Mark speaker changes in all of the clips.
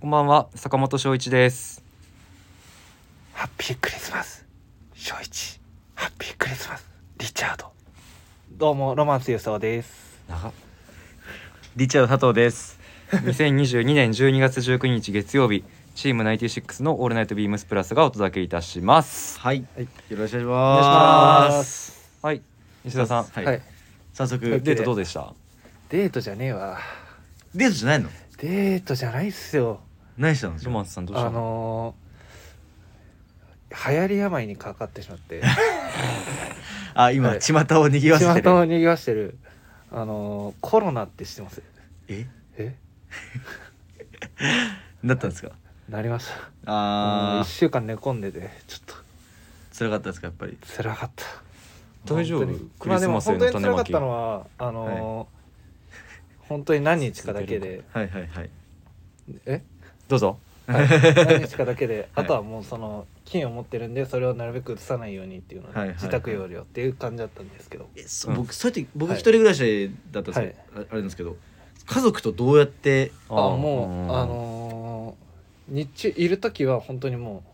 Speaker 1: こんばんは、坂本翔一です。
Speaker 2: ハッピークリスマス翔一ハッピークリスマスリチャードどうもロマンス予想です
Speaker 3: リチャード佐藤です。
Speaker 1: 2022年12月19日月曜日、チーム96のオールナイトビームスプラスがお届けいたします。
Speaker 3: はい、よろしくお願いし
Speaker 1: お
Speaker 3: ます。
Speaker 1: す。はい、吉田さん、
Speaker 3: はい、
Speaker 2: はい
Speaker 3: 早
Speaker 2: は
Speaker 3: 速
Speaker 2: い
Speaker 1: デートどうでした？
Speaker 2: デートじゃねえわ
Speaker 3: デートじゃないの？
Speaker 2: デートじゃないっすよ
Speaker 3: 何したの？
Speaker 1: ロマンスさんどうし
Speaker 2: あ
Speaker 1: たの？
Speaker 2: のー、流行り病にかかってしま って
Speaker 3: あ、今、
Speaker 2: はい
Speaker 3: 巷を賑わせて
Speaker 2: 巷を
Speaker 3: る。
Speaker 2: 逃わしてるあのー、コロナって知ってます
Speaker 3: え、
Speaker 2: え
Speaker 3: だったんですか？
Speaker 2: なりましたあ
Speaker 3: あ
Speaker 2: 1週間寝込んでてちょっと
Speaker 3: あ、辛かったですかやっぱり。
Speaker 2: 辛かった
Speaker 1: 大丈夫
Speaker 2: 本当に
Speaker 1: クリスマスへの
Speaker 2: まあでも本当
Speaker 1: 種
Speaker 2: に辛か
Speaker 1: ま
Speaker 2: っ
Speaker 1: き
Speaker 2: たのはあのー本当に何日かだけで
Speaker 3: はいはいはい。
Speaker 2: え
Speaker 1: どうぞ。
Speaker 2: はい、何日かだけで、
Speaker 3: は
Speaker 2: あ
Speaker 3: い
Speaker 2: とはもうその菌を持ってるんでそれをなるべく移さないようにっていうので、
Speaker 3: はいはいはい
Speaker 2: 自宅用料っていう感じだったんですけど
Speaker 3: え、そ
Speaker 1: うん
Speaker 3: 僕そうやって僕
Speaker 2: はい
Speaker 3: 一人暮らしだったんですけど、ああれなんですけど、家族とどうやって
Speaker 2: あもう、あのー日中いる時は本当にも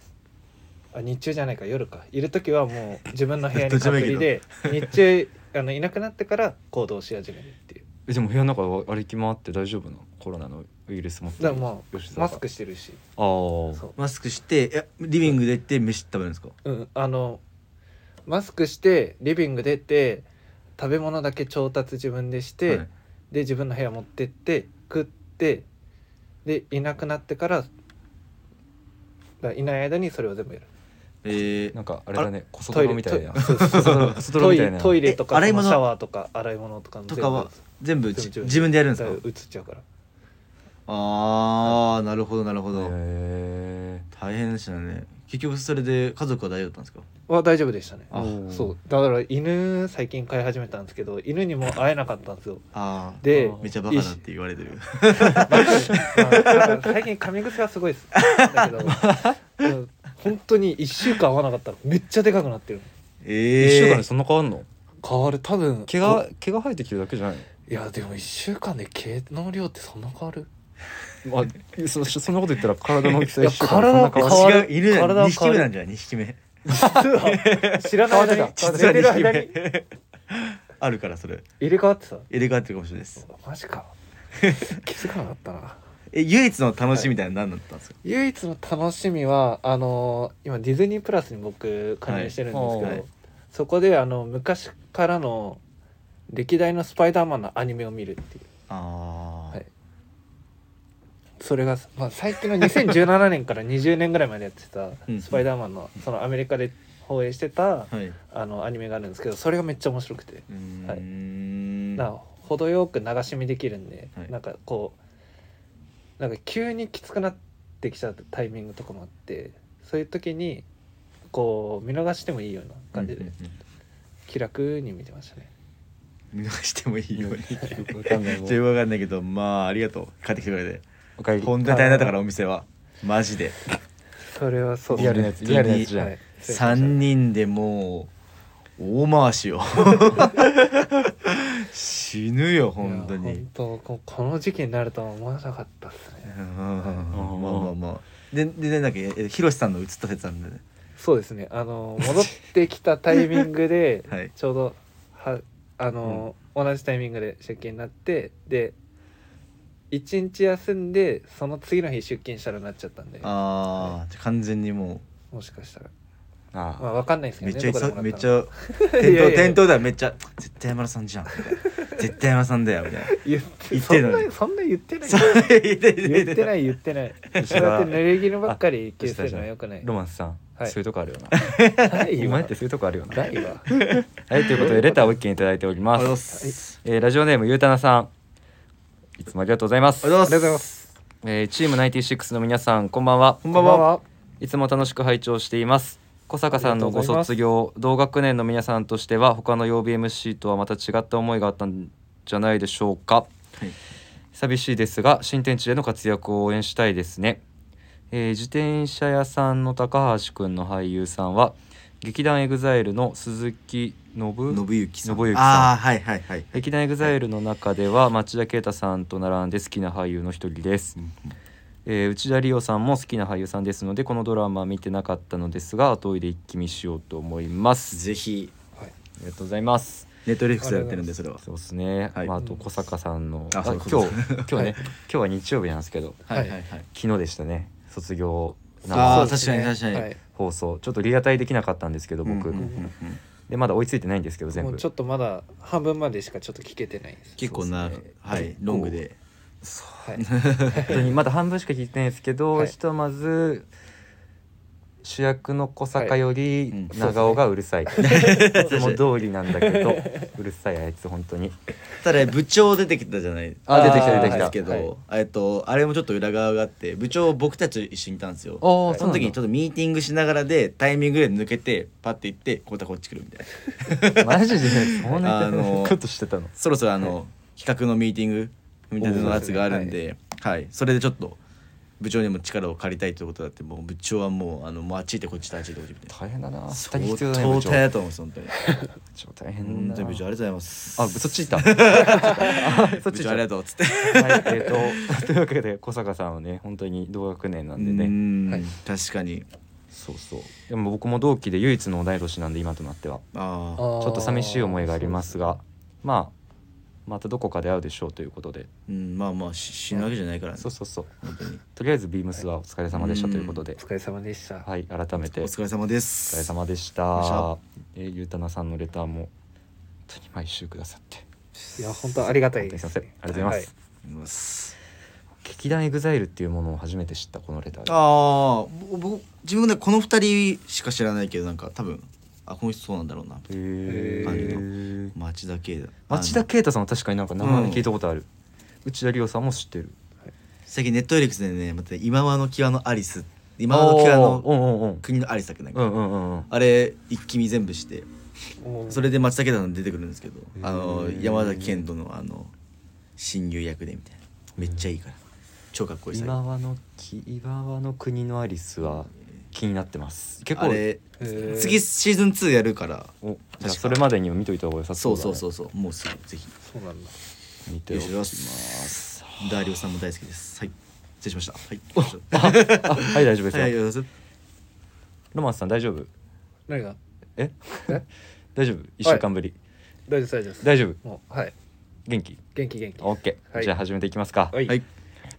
Speaker 2: うあ日中じゃないか夜かいる時はもう自分の部屋
Speaker 3: ど
Speaker 2: に
Speaker 3: っちでも
Speaker 2: 隔
Speaker 3: いいけ
Speaker 2: 離
Speaker 3: ど
Speaker 2: で日中あのいなくなってから行動し始めるっていう
Speaker 1: えでも部屋の中を歩き回って大丈夫なの？コロナのウイルス持って
Speaker 2: だ
Speaker 1: る
Speaker 2: からま
Speaker 1: 吉
Speaker 2: あ
Speaker 1: 田
Speaker 2: マ
Speaker 1: さん
Speaker 2: スクしてるし
Speaker 1: あー
Speaker 2: そう
Speaker 3: マスクして、えリビングで行って飯食べるんですか？
Speaker 2: うん、あのマスクしてリビング出て食べ物だけ調達自分でして、
Speaker 3: はい
Speaker 2: で自分の部屋持ってって食ってでいなくなってからだからいない間にそれを全部やる
Speaker 3: えー
Speaker 1: なんかあれだね、コソ
Speaker 2: ト
Speaker 1: ド
Speaker 2: イ
Speaker 1: ロ
Speaker 2: レ
Speaker 1: みたいな。
Speaker 2: トイレ
Speaker 1: コソ ドロコソドロ
Speaker 2: ト
Speaker 1: み
Speaker 2: イ
Speaker 1: たい
Speaker 2: レ
Speaker 1: な。
Speaker 2: トイレ
Speaker 3: え
Speaker 2: とか
Speaker 3: 洗い物
Speaker 2: そのシャワーとか洗い物とかも
Speaker 3: とかは全部じ
Speaker 2: 全部
Speaker 3: 自分でやるん
Speaker 2: 全
Speaker 3: です
Speaker 2: 部だ？
Speaker 3: か
Speaker 2: から移っちゃうから
Speaker 3: ああ、なるほどなるほど。
Speaker 1: へ
Speaker 3: 大変でしたね結局それで家族は大丈夫だったんですか
Speaker 2: は大丈夫でしたね
Speaker 3: あ
Speaker 1: ー。
Speaker 2: そうだから犬最近飼い始めたんですけど犬にも会えなかったんですよ
Speaker 3: ああ
Speaker 2: で
Speaker 1: あー
Speaker 3: めっちゃバカだって言われてる
Speaker 2: まあなんか最近噛み癖はすごいですだけ どうん本当に1週間会わなかったらめっちゃでかくなってる
Speaker 3: え
Speaker 1: 一
Speaker 3: え
Speaker 1: 週間でそんな変わんの？
Speaker 2: 変わる多分
Speaker 1: 毛が毛が生えてきてるだけじゃないの？
Speaker 2: いやでも1週間で毛の量ってそんな変わる
Speaker 1: まあ、そそそんなこと言ったら体の大きさ
Speaker 2: いや
Speaker 1: 一緒からそんな変わ
Speaker 2: 体は
Speaker 1: ら
Speaker 2: 変わる
Speaker 3: 違う犬だ
Speaker 2: 体は
Speaker 3: 2匹
Speaker 2: 変わ
Speaker 3: 目
Speaker 2: る
Speaker 3: なんじゃない2匹目
Speaker 2: 知らない間に
Speaker 3: 実
Speaker 2: 寝てる
Speaker 3: は
Speaker 2: 間
Speaker 3: 2
Speaker 2: に
Speaker 3: 匹目 あるからそれ
Speaker 2: 入れ替わってた
Speaker 3: 入れ替わってるかもしれないです
Speaker 2: マジか 気づかなかったな
Speaker 3: え唯一の楽しみみたいなの何だったんですか、
Speaker 2: 唯一の楽しみはあの今ディズニープラスに僕加入してるんですけど、
Speaker 1: はい
Speaker 3: はい
Speaker 2: そこであの昔からの歴代のスパイダーマンのアニメを見るっていう
Speaker 3: あ
Speaker 2: は
Speaker 3: あ、
Speaker 2: いそれが、まあ、最近の2017年から20年ぐらいまでやってた
Speaker 3: うん
Speaker 2: スパイダーマンのそのアメリカで放映してた
Speaker 3: はい、う
Speaker 2: あのアニメがあるんですけどそれがめっちゃ面白くては
Speaker 3: ーん、
Speaker 2: いな
Speaker 3: は
Speaker 2: 程よく流し見できるんで、
Speaker 3: はい
Speaker 2: なんかこうなんか急にきつくなってきちゃうタイミングとかもあってそういう時にこう見逃してもいいような感じで、気楽に見てましたね
Speaker 3: 見逃してもいいようにち
Speaker 1: よくわかんない
Speaker 3: ょ
Speaker 1: も
Speaker 3: っ
Speaker 1: う
Speaker 3: とよくわかんないけどまあありがとう帰ってきてくれ
Speaker 1: おかえ
Speaker 3: て
Speaker 1: り
Speaker 3: 本当に大変だったからお店はマジで
Speaker 2: それはそう
Speaker 1: リアルなやつリアルなやつじゃん、
Speaker 2: はい
Speaker 3: 三人でもう大回しを 死ぬよ本当
Speaker 2: いや
Speaker 3: に
Speaker 2: 本当ここの時期になるとは思わなかったです
Speaker 3: うん
Speaker 2: ね
Speaker 3: まあまあまあででなんだっけえひろしさんの映った説なんで、ね、
Speaker 2: そうですねあの戻ってきたタイミングで
Speaker 3: はい
Speaker 2: ちょうどはあの、同じタイミングで出勤になってで1日休んでその次の日出勤したらなっちゃったんで
Speaker 3: ああ完全にも
Speaker 2: もしかしたら
Speaker 1: あ
Speaker 2: まあ分かんないですけ
Speaker 3: うめ
Speaker 2: ど
Speaker 3: っ
Speaker 2: ね
Speaker 3: ちゃいさ
Speaker 2: どこで
Speaker 3: めっ
Speaker 2: もら
Speaker 3: ち
Speaker 2: の
Speaker 3: ゃ
Speaker 2: い
Speaker 3: 店
Speaker 2: やいや
Speaker 3: 頭
Speaker 2: いや
Speaker 3: 店頭ではめっちゃ絶対山田さんじゃんみたいな絶対山田さんだよみたいな
Speaker 2: 言って
Speaker 3: 言ってな
Speaker 2: そ
Speaker 3: い
Speaker 2: んなそんな言ってない
Speaker 3: そう言って
Speaker 2: 言ってないい言ってない
Speaker 1: あ
Speaker 2: そうやって濡れ衣ばっかり気をつけるのはよくない
Speaker 1: ロマンスさん、
Speaker 2: はい
Speaker 1: そういうとこあるよな
Speaker 2: ない
Speaker 1: 今
Speaker 2: わ
Speaker 1: やってそう いうとこあるよな
Speaker 2: ないわ
Speaker 1: はいということでレターを一件いただいており
Speaker 3: あ
Speaker 1: ま、
Speaker 3: りがとうございますす
Speaker 1: えーラジオネームゆうたなさんいつもありがとうございます
Speaker 3: ありがとうご
Speaker 2: ありがとうございま
Speaker 3: ざいます
Speaker 1: えーチーム96の皆さんこんばんは
Speaker 3: こんばんは
Speaker 1: はいつも楽しく拝聴しています小坂さんのご卒業同学年の皆さんとしては他の曜日 MC とはまた違った思いがあったんじゃないでしょうか
Speaker 3: はい
Speaker 1: 寂しいですが新天地での活躍を応援したいですね、えー自転車屋さんの高橋くんの俳優さんは劇団エグザイルの鈴木信
Speaker 3: 信之さん
Speaker 1: 信之さん
Speaker 3: ああはいはいはい
Speaker 1: 劇団エグザイルの中では町田啓太さんと並んで好きな俳優の一人です、えー内田理央さんも好きな俳優さんですのでこのドラマ見てなかったのですが後追いで一気見しようと思います
Speaker 3: ぜひ
Speaker 2: はい、
Speaker 1: ありがとうございます
Speaker 3: ネットフリックスでやってるんでそれは
Speaker 1: そうですね、
Speaker 3: はい
Speaker 1: まあ、あと小坂さんの、
Speaker 3: あ
Speaker 1: あ
Speaker 3: そう
Speaker 1: 今
Speaker 3: そ
Speaker 1: 日
Speaker 3: うそ
Speaker 1: 今
Speaker 3: う
Speaker 1: 日ね、今日は日曜日なんですけど
Speaker 2: はい
Speaker 3: はいはい
Speaker 1: 昨日でしたね卒業
Speaker 3: あ
Speaker 1: 生
Speaker 2: そ
Speaker 3: ー
Speaker 2: うです
Speaker 3: 確かに確かに
Speaker 2: はい
Speaker 1: 放送ちょっとリアタイできなかったんですけど僕、
Speaker 3: うんうんうんうん
Speaker 1: でまだ追いついてないんですけど全
Speaker 2: も
Speaker 1: 部
Speaker 2: うちょっとまだ半分までしかちょっと聞けてないんです
Speaker 3: 結構な、
Speaker 1: そうですね
Speaker 3: はいロングで
Speaker 2: はい
Speaker 1: 本当にまだ半分しか聞いてないんですけど、
Speaker 2: はい
Speaker 1: ひとまず主役の小坂よ
Speaker 3: はいう
Speaker 1: り
Speaker 3: ん
Speaker 1: 長尾がうるさい、いつも通りなんだけ どうるさいあいつ本当に
Speaker 3: ただ部長出てきたじゃない
Speaker 1: あ出てきた
Speaker 3: あー
Speaker 1: 出てきた
Speaker 3: ですけど、えっとあれもちょっと裏側があって部長僕たち一緒にいたんですよ
Speaker 1: おー
Speaker 3: その時にちょっとミーティングしながらでタイミングで抜けてパッて行ってこうたこっち来るみたいな
Speaker 1: マジでそんな
Speaker 3: あのー
Speaker 1: ことしてたの
Speaker 3: そろそろあの、企画のミーティング組み立てのやつがあるんではい、それでちょっと部長にも力を借りたいということだってもう部長はもうあのもうあっち行ってこっちとあっち行ってこっ
Speaker 1: 大
Speaker 3: ちみたいな
Speaker 1: 変だな
Speaker 3: 相
Speaker 1: 二人必要だね
Speaker 3: 当
Speaker 1: 部
Speaker 3: 大
Speaker 1: 長
Speaker 3: 変だと思うんです本当に
Speaker 1: 部長大変
Speaker 3: 本
Speaker 1: だ
Speaker 3: 当に部長あ
Speaker 1: な
Speaker 3: りがとうございます
Speaker 1: あそっち 行った そっ
Speaker 3: 部
Speaker 1: ち行
Speaker 3: 長あ
Speaker 1: った
Speaker 3: りがとうっつって
Speaker 1: はい、えー、と というわけで小坂さんはね本当に同学年なんで
Speaker 3: う
Speaker 1: ね
Speaker 3: ん
Speaker 2: はい
Speaker 3: 確かに
Speaker 1: そうそうでも僕も同期で唯一の同い年なんで今となっては
Speaker 3: あ
Speaker 2: ち
Speaker 3: あ
Speaker 1: ちょっと寂しい思いがありますがまあまたどこかで会うでしょうということで
Speaker 3: うんまあまあし死ぬわけじゃないからね
Speaker 1: そうそうそう
Speaker 3: 本当に
Speaker 1: とりあえずビームスはお疲れ様でした
Speaker 3: はい
Speaker 1: ということで
Speaker 2: お、疲れ様でした
Speaker 1: はい改めて
Speaker 3: お
Speaker 1: お疲
Speaker 3: 疲れ様です
Speaker 1: れ様でした
Speaker 3: お疲れ様
Speaker 1: えーゆうたなさんのレターも本当に毎週くださって
Speaker 2: いや本当ありがたい
Speaker 1: 本当
Speaker 2: で
Speaker 1: にすいま
Speaker 2: すね
Speaker 1: せんありがとうございます、
Speaker 3: ます
Speaker 1: 劇団エグザイルっていうものを初めて知ったこのレターで
Speaker 3: ああ僕自分でこの二人しか知らないけどなんか多分あこの人そうなんだろうな
Speaker 1: へー
Speaker 3: 感じ町田圭だ
Speaker 1: 町田啓太さんは確かになんか名前聞いたことある、内田理央さんも知ってる
Speaker 3: 最近ネットフリックスでねまた今和の際のアリス今和の際
Speaker 1: おー
Speaker 3: の
Speaker 1: うんうんうん
Speaker 3: 国のアリスだっけなん
Speaker 1: う
Speaker 3: か、
Speaker 1: んうんうんうん
Speaker 3: あれ一気見全部して
Speaker 2: うん
Speaker 3: それで松田圭太さん出てくるんですけど
Speaker 1: へー
Speaker 3: あの山田健人のあの親友役でみたいなめっちゃいいから超かっこいい
Speaker 1: 今和のき今和の国のアリスは気になってます結構
Speaker 3: あれ
Speaker 2: へー
Speaker 3: 次シーズン2やるから
Speaker 1: おじゃあ
Speaker 3: か
Speaker 1: それまでにも見といた方が良さそ
Speaker 3: そうう
Speaker 1: だ、ね、
Speaker 3: そうそうそうもうすぐぜひ
Speaker 2: そうなんだ
Speaker 1: 見ておき
Speaker 3: よ
Speaker 1: ま
Speaker 3: ろしく
Speaker 1: す
Speaker 3: ダーリオさんも大好きですはい失礼しましたはい
Speaker 1: あはい大丈夫ですよ、
Speaker 3: はい、よろしく
Speaker 1: ロマンスさん大丈夫
Speaker 2: 何が
Speaker 1: え
Speaker 2: え
Speaker 1: 大丈夫一週間ぶり、
Speaker 2: 大丈夫です大丈夫です
Speaker 1: 大丈夫
Speaker 2: もうはい
Speaker 1: 元気
Speaker 2: 元気元気
Speaker 1: OK、
Speaker 2: はい
Speaker 1: じゃあ始めていきますか、
Speaker 2: はい
Speaker 3: はい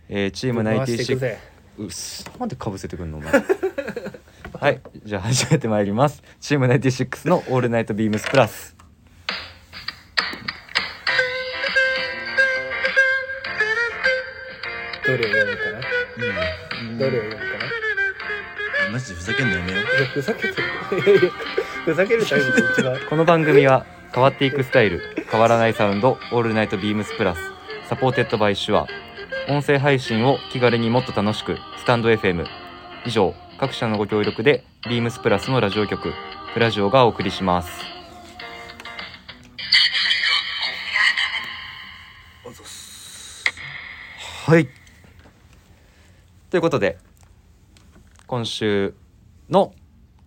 Speaker 1: えー、チーム
Speaker 2: 回していく
Speaker 1: 96
Speaker 2: ぜ
Speaker 1: うっすなんでかぶせてくんのお前 はいじゃあ始めてまいりますチーム96の「オールナイトビームスプラス」
Speaker 2: どれを読むかな
Speaker 3: うん
Speaker 2: どれを読むかな
Speaker 3: マジでふざけんのやめよう
Speaker 2: いやふざけてるいやいやふざけるタイムと一番
Speaker 1: この番組は変わっていくスタイル変わらないサウンド「オールナイトビームスプラス」サポーテッドバイシュア音声配信を気軽にもっと楽しくスタンド FM 以上各社のご協力でビームスプラスのラジオ局プラジオがお送りしますはいということで今週の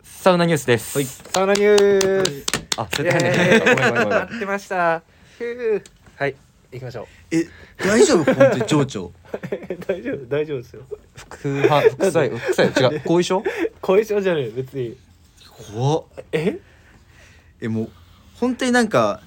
Speaker 1: サウナニュースです、
Speaker 3: はい
Speaker 2: サウナニュース
Speaker 1: あ、そ
Speaker 2: イ
Speaker 1: れ大
Speaker 2: エ
Speaker 1: 変
Speaker 2: ーイ
Speaker 1: ごめんごめんごめん
Speaker 2: 待ってましたふうはい行きましょう
Speaker 3: え大丈夫本当に情緒
Speaker 2: 大丈夫大丈夫ですよ
Speaker 1: 副反副作用副作用違う後遺症
Speaker 2: 後遺症じゃない別に
Speaker 3: 怖っ
Speaker 2: え
Speaker 3: えもう本当になんか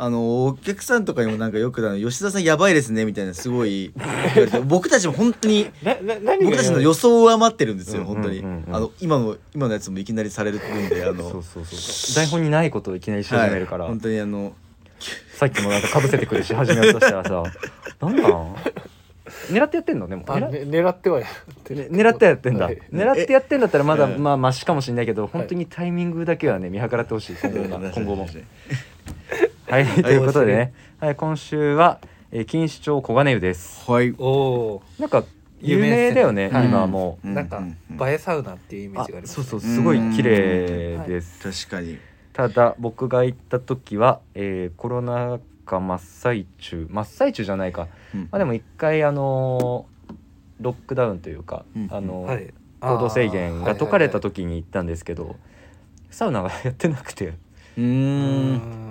Speaker 3: あのお客さんとかにもなんかよくあの吉田さんやばいですねみたいなすごい言わ れて僕たちも本当に
Speaker 2: なな何
Speaker 3: 僕たちの
Speaker 2: 予
Speaker 3: 予想を上回ってるんですよ
Speaker 1: うんうん
Speaker 3: 本当に
Speaker 1: うんうん
Speaker 3: あの今の今のやつもいきなりされるんであの
Speaker 1: そうそうそう台本にないことをいきなりし始めるから、
Speaker 3: はい、本当にあの
Speaker 1: さっきもなんかかぶせてくるし始めようとしたらさなんなん狙ってやってんのでも
Speaker 2: あ、
Speaker 1: 狙,、
Speaker 2: ね、狙ってはやってる
Speaker 1: 狙ってやってんだ、
Speaker 2: はい
Speaker 1: 狙ってやってんだったらまだ、
Speaker 3: ええ
Speaker 1: まあマシかもしれないけど
Speaker 2: い
Speaker 1: 本当にタイミングだけはね見計らってほしい今後が今後もはい、
Speaker 3: い
Speaker 1: ということでね、はい、今週は、えー、錦糸町小金湯です
Speaker 3: はい
Speaker 2: おお
Speaker 1: なんか有
Speaker 2: 有名
Speaker 1: 名
Speaker 2: ですね
Speaker 1: だよね
Speaker 2: はい
Speaker 1: 今はも
Speaker 2: ーなんか、映えサウナっていうイ
Speaker 1: う、
Speaker 2: メー
Speaker 1: あ
Speaker 2: ジがあります
Speaker 1: そう
Speaker 2: ね、
Speaker 1: そうすごい綺麗です
Speaker 3: 確かに
Speaker 1: ただ僕が行った時は、えーコロナ禍真っ最中真っ最中じゃないか、まあ、でも一回あのーロックダウンというか、
Speaker 3: うん
Speaker 1: あのー
Speaker 2: はい
Speaker 1: 行動制限が解かれた
Speaker 2: と
Speaker 1: 時に行ったんですけど、サウナがやってなくて、
Speaker 3: うー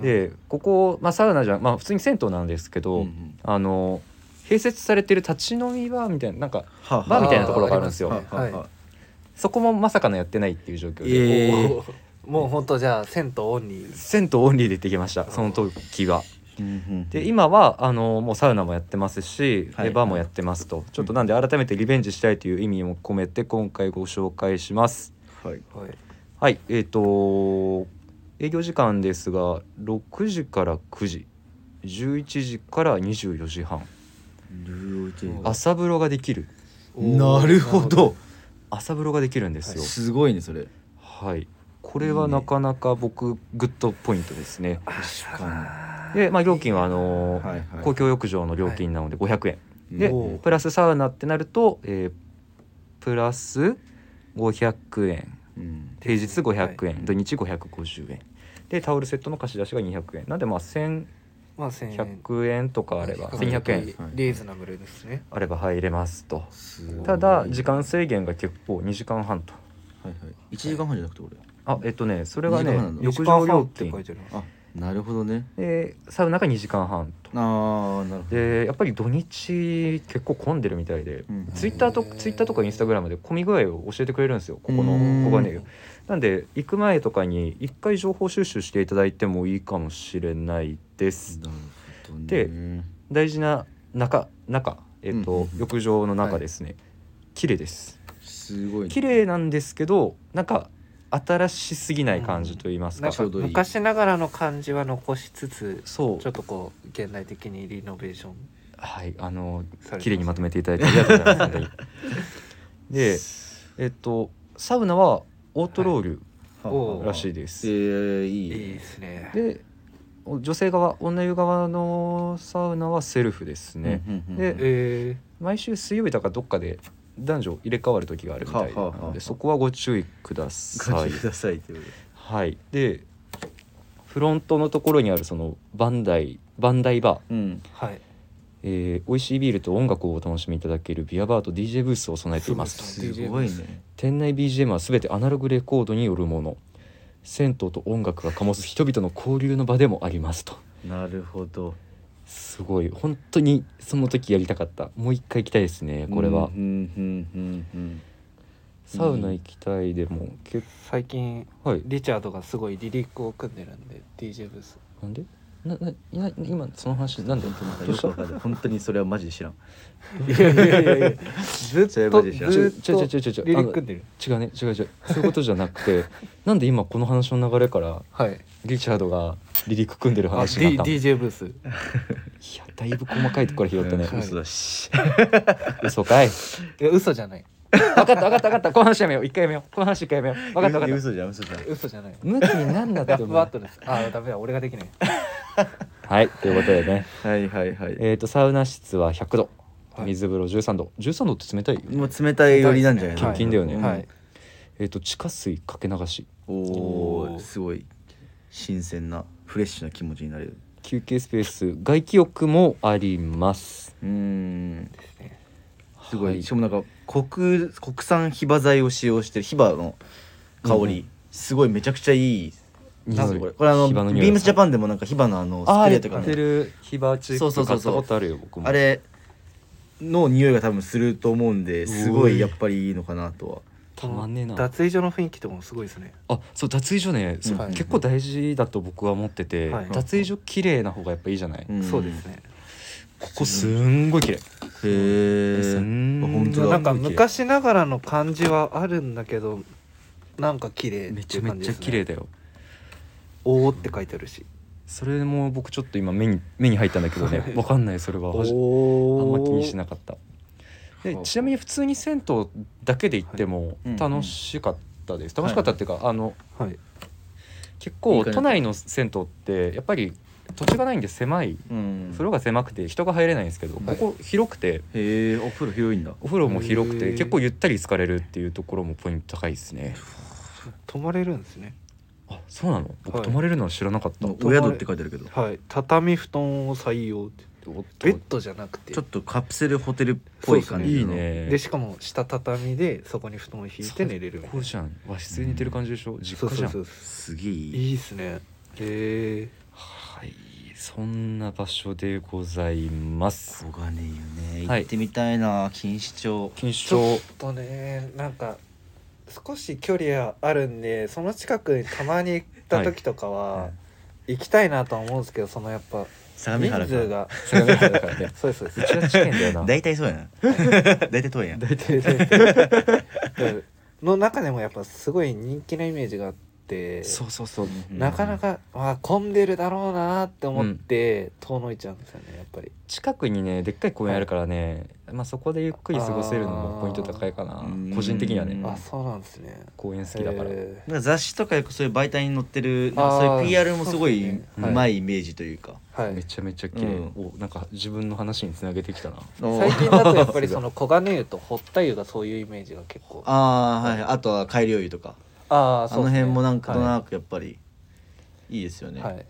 Speaker 3: ん
Speaker 1: でここ、まあ、サウナじゃまあ普通に銭湯なんですけど、
Speaker 3: うんうん
Speaker 1: あのー併設されてる立ち飲みバーみたいななんか
Speaker 3: はあはあ
Speaker 1: バーみたいなところがあるんですよ
Speaker 3: はあはあはあ
Speaker 1: そこもまさかのやってないっていう状況で、
Speaker 3: ええ
Speaker 2: おーもう本当じゃあ銭湯オンリー
Speaker 1: 銭湯オンリーで行ってきましたその時は
Speaker 3: うんうん
Speaker 1: で今はあのもうサウナもやってますし、
Speaker 3: はい
Speaker 1: でバーもやってますとちょっとなんで改めてリベンジしたいという意味も込めて今回ご紹介します
Speaker 3: はい
Speaker 2: はい
Speaker 1: はいえっ、と営業時間ですが6時から9時11時から24時半
Speaker 3: ルーティン
Speaker 1: 朝風呂ができる
Speaker 3: なるほど
Speaker 1: 朝風呂ができるんですよ
Speaker 3: すごいねそれ
Speaker 1: はい、これはなかなか僕グッドポイントですね
Speaker 3: 確か
Speaker 1: で、まあ、料金はあのー
Speaker 3: はいはい
Speaker 1: 公共浴場の料金なので500円、
Speaker 3: に
Speaker 1: で
Speaker 3: うん
Speaker 1: プラスサウナってなると、えープラス500円
Speaker 3: うん
Speaker 1: 平日500円、
Speaker 3: はい
Speaker 1: 土日550円でタオルセットの貸し出しが200円なんでまあ1100
Speaker 2: まあ千円
Speaker 1: 円とかあれば1200円
Speaker 3: 円
Speaker 2: リーズナブルですね
Speaker 1: あれば入れますと
Speaker 3: すごい
Speaker 1: ただ時間制限が結構2時間半と
Speaker 3: はいはい一時間半じゃなくて俺
Speaker 1: あえっとねそれが
Speaker 3: 二時
Speaker 1: ね
Speaker 3: 間半なの
Speaker 1: 浴場料
Speaker 2: って
Speaker 1: 金
Speaker 2: 書いてあります
Speaker 3: あなるほどね
Speaker 1: でサウナが2時間半と
Speaker 3: ああなるほど
Speaker 1: でやっぱり土日結構混んでるみたいで、
Speaker 3: うん
Speaker 1: ツイッターと
Speaker 2: へー
Speaker 1: ツイッターとかインスタグラムで混み具合を教えてくれるんですよここの
Speaker 3: うん
Speaker 1: ここはねなんで行く前とかに一回情報収集していただいてもいいかもしれないです、
Speaker 3: なるほどね
Speaker 1: で大事な中中えっ、と、
Speaker 3: うんうんうん
Speaker 1: 浴場の中ですね、綺麗です
Speaker 3: すごいね
Speaker 1: 綺麗なんですけどなんか新しすぎない感じと言いますか、
Speaker 2: なん
Speaker 3: ち
Speaker 2: か
Speaker 3: ょうどいい
Speaker 2: 昔ながらの感じは残しつつ
Speaker 1: そう
Speaker 2: ちょっとこう現代的にリノベーション
Speaker 1: はい、あの
Speaker 2: されてます
Speaker 1: 綺麗にまとめていただいてありがとうございます本当に。で、えっとサウナはオートロール
Speaker 3: はあ
Speaker 2: おー
Speaker 1: らしい
Speaker 3: で
Speaker 1: です。
Speaker 3: えー
Speaker 2: い
Speaker 3: いい
Speaker 2: い
Speaker 3: ね
Speaker 2: ですね
Speaker 1: で、お女性側、女湯側のサウナはセルフですね。
Speaker 3: うんうんうん
Speaker 1: で
Speaker 2: え
Speaker 1: 毎週水曜日だかどっかで男女入れ替わる時があるみたいな
Speaker 3: はあはあ
Speaker 1: の
Speaker 3: は
Speaker 1: で、
Speaker 3: あ
Speaker 1: そこはご注意くだ
Speaker 3: ご
Speaker 1: さ
Speaker 3: 注
Speaker 1: い
Speaker 3: 意。くださいってことで
Speaker 1: はい。で、フロントのところにあるそのバンダイバンダイバー。
Speaker 3: うん
Speaker 2: ー、はい
Speaker 1: えー、美味しいビールと音楽をお楽しみいただけるビアバーと DJ ブースを備えていますと
Speaker 2: そう
Speaker 3: すごいね
Speaker 1: 店内 BGM は全てアナログレコードによるもの銭湯と音楽が醸す人々の交流の場でもありますと
Speaker 3: なるほど
Speaker 1: すごい本当にその時やりたかったもう一回行きたいですねこれは、
Speaker 3: うんうんうんうん
Speaker 1: サウナ行きたいでも結
Speaker 2: 最近
Speaker 1: 構はい
Speaker 2: リチャードがすごいリリックを組んでるんで DJ ブース
Speaker 1: なんでななな今その話なんでど
Speaker 3: うん
Speaker 1: う
Speaker 3: よ
Speaker 1: し
Speaker 3: く
Speaker 1: た
Speaker 3: わかる本当にそれはマジで知らん
Speaker 2: いやいやいやいやず
Speaker 3: そうい
Speaker 2: っ
Speaker 3: うことと
Speaker 2: ず
Speaker 3: で
Speaker 2: っ
Speaker 3: し
Speaker 2: と
Speaker 3: ょ
Speaker 2: リ
Speaker 1: ちょちょちょちょちょ
Speaker 2: リック組んでる
Speaker 1: 違うね違う違うそういうことじゃなく てなんで今この話の流れから
Speaker 2: はい
Speaker 1: リチャードが離陸組んでる
Speaker 2: あ、
Speaker 1: 話に
Speaker 2: D、
Speaker 1: なったのい
Speaker 2: DJ ブース
Speaker 1: やだいぶ細かいところから拾ったね、
Speaker 3: うん嘘だし
Speaker 1: 嘘かい
Speaker 2: いや嘘じゃない
Speaker 1: 分かった分かった分かったこの話やめよう一回やめようこの話一回やめよう分かった分かった
Speaker 3: 嘘じゃん嘘じゃん
Speaker 2: 嘘じゃない
Speaker 1: 向きになんなっ
Speaker 2: ラ
Speaker 1: て
Speaker 2: ッ
Speaker 1: も
Speaker 2: プアートですあダメだ俺ができない
Speaker 1: はいということでね
Speaker 3: はいはいはい
Speaker 1: えっ、とサウナ室は100度
Speaker 2: はい
Speaker 1: 水風呂13度、13度って冷たいよ
Speaker 3: もう冷たい寄りなんじゃない
Speaker 1: キンキンだよね
Speaker 3: うん
Speaker 2: はい
Speaker 1: えっ、と地下水かけ流し
Speaker 3: お
Speaker 2: おー
Speaker 3: おすごい新鮮なフレッシュな気持ちになれる
Speaker 1: 休憩スペース外気浴もあります
Speaker 3: うーん
Speaker 2: ですね
Speaker 3: すごい、
Speaker 1: はい
Speaker 3: しかもなんか国国産ヒバ剤を使用してるヒバの香り、
Speaker 1: うんう
Speaker 3: すごいめちゃくちゃいい
Speaker 1: 匂い
Speaker 3: なんかこれこれあの
Speaker 1: ヒバの匂いが
Speaker 3: ビームスジャパンでもなんかヒバのあのス
Speaker 1: あ
Speaker 3: プ
Speaker 1: ー
Speaker 3: レ
Speaker 1: や
Speaker 3: ー
Speaker 1: っ
Speaker 3: とか
Speaker 1: て
Speaker 3: の
Speaker 1: るヒバチ
Speaker 3: そうそうそ
Speaker 1: 買
Speaker 3: う
Speaker 1: ったことあるよ僕も
Speaker 3: あれの匂いが多分すると思うんですご
Speaker 1: うー
Speaker 3: いやっぱりいいのかなとは
Speaker 1: たまんねえな
Speaker 2: 脱衣所の雰囲気とかもすごいですね
Speaker 1: あそう脱衣所ね、そう
Speaker 2: はい
Speaker 1: 結構大事だと僕は思ってて、
Speaker 2: はい
Speaker 1: 脱衣所綺麗な方がやっぱいいじゃない、
Speaker 3: ん
Speaker 2: そうですね
Speaker 1: ここすんごい綺麗
Speaker 3: へえ
Speaker 1: すんごい
Speaker 3: 本当だ
Speaker 2: なんか昔ながらの感じはあるんだけどなんか綺麗
Speaker 1: め
Speaker 2: っ
Speaker 1: ちゃ
Speaker 2: ていう
Speaker 1: め
Speaker 2: 感じ
Speaker 1: ち
Speaker 2: で
Speaker 1: ゃ
Speaker 2: すね
Speaker 1: 綺麗だよ
Speaker 2: おおって書いてあるし
Speaker 1: それも僕ちょっと今目に目に入ったんだけどねわかんないそれははじあん
Speaker 2: お
Speaker 1: ま気にし
Speaker 2: な
Speaker 1: な
Speaker 2: い
Speaker 1: かったで
Speaker 3: はあ
Speaker 1: ちなみに普通に銭湯だけで行っても
Speaker 3: うんうん
Speaker 1: 楽しかったです、楽しかったっていうか、あの
Speaker 2: はい
Speaker 1: 結
Speaker 3: い
Speaker 1: 構
Speaker 3: いかな
Speaker 1: 都内の銭湯ってやっぱり土地がないんで狭い
Speaker 3: うん
Speaker 1: 風呂が狭くて人が入れないんですけど、
Speaker 2: はい
Speaker 1: ここ広くて
Speaker 3: へえお風呂広いんだ
Speaker 1: お風呂も広く
Speaker 2: へ
Speaker 1: て
Speaker 2: ー
Speaker 1: 結構ゆったり浸かれるっていうところもポイント高いですね
Speaker 2: 泊まれるんですね
Speaker 1: あそうなの僕
Speaker 2: はい
Speaker 1: 泊まれるのは知らなかった、
Speaker 3: お宿って書いてあるけど
Speaker 2: はい畳布団を採用って
Speaker 1: おっと
Speaker 2: ベッドじゃなくて
Speaker 3: ちょっとカプセルホテルっぽい感じの
Speaker 1: いいね
Speaker 2: でしかも下畳でそこに布団を引いて寝れるみたい
Speaker 1: こう
Speaker 2: な
Speaker 1: じゃん和室に似てる感じでしょ、実
Speaker 2: そう
Speaker 1: 家じ
Speaker 2: そ
Speaker 1: ゃ
Speaker 2: うんそう
Speaker 3: すげえいい
Speaker 2: いいっすねへえ
Speaker 1: はいそんな場所でございます
Speaker 3: こがねいよね
Speaker 1: はい
Speaker 3: 行ってみたいな錦糸町
Speaker 1: 錦
Speaker 2: ち
Speaker 1: 糸
Speaker 2: ょっ
Speaker 1: 町
Speaker 2: とねなんか少し距離はあるんでその近くにたまに行った時とかは行きたいなとは思うんですけどそのやっぱ
Speaker 3: 相模
Speaker 2: 人
Speaker 3: 原
Speaker 2: 数
Speaker 3: か
Speaker 2: が
Speaker 1: 相模原だからね
Speaker 2: そうですそうです
Speaker 1: うちは地圏だよな
Speaker 3: 大体そうやな 大体遠いやん
Speaker 2: 大体大体の中でもやっぱすごい人気なイメージがあって
Speaker 1: そうそうそう
Speaker 3: うん
Speaker 2: なかなか、まあ、混んでるだろうなって思って遠のいちゃうんですよねやっぱり
Speaker 1: 近くにねでっかい公園あるからね、まあそこでゆっくり過ごせるのもポイント高いかな
Speaker 3: うん
Speaker 1: 個人的にはね
Speaker 3: うん
Speaker 2: あそうなんですね
Speaker 1: 公園好きだから、
Speaker 2: へ
Speaker 3: なんか雑誌とかよくそういう媒体に載ってる
Speaker 2: あー
Speaker 3: そういう PR もすご
Speaker 2: そう
Speaker 3: い
Speaker 2: です
Speaker 3: う
Speaker 1: ねはい
Speaker 3: まいイメージというか、
Speaker 2: ーは
Speaker 1: め
Speaker 2: い
Speaker 1: ちゃめちゃ綺麗、おなんか自分の話につなげてきたな
Speaker 3: お
Speaker 2: 最近だとやっぱりその黄金湯と堀田湯がそういうイメージが結構あ
Speaker 3: ああはいあとは改良湯とか
Speaker 2: あー
Speaker 3: あ
Speaker 2: そう
Speaker 3: の
Speaker 2: ですね
Speaker 3: 辺もなんかとなくやっぱりいいですよね、
Speaker 2: はい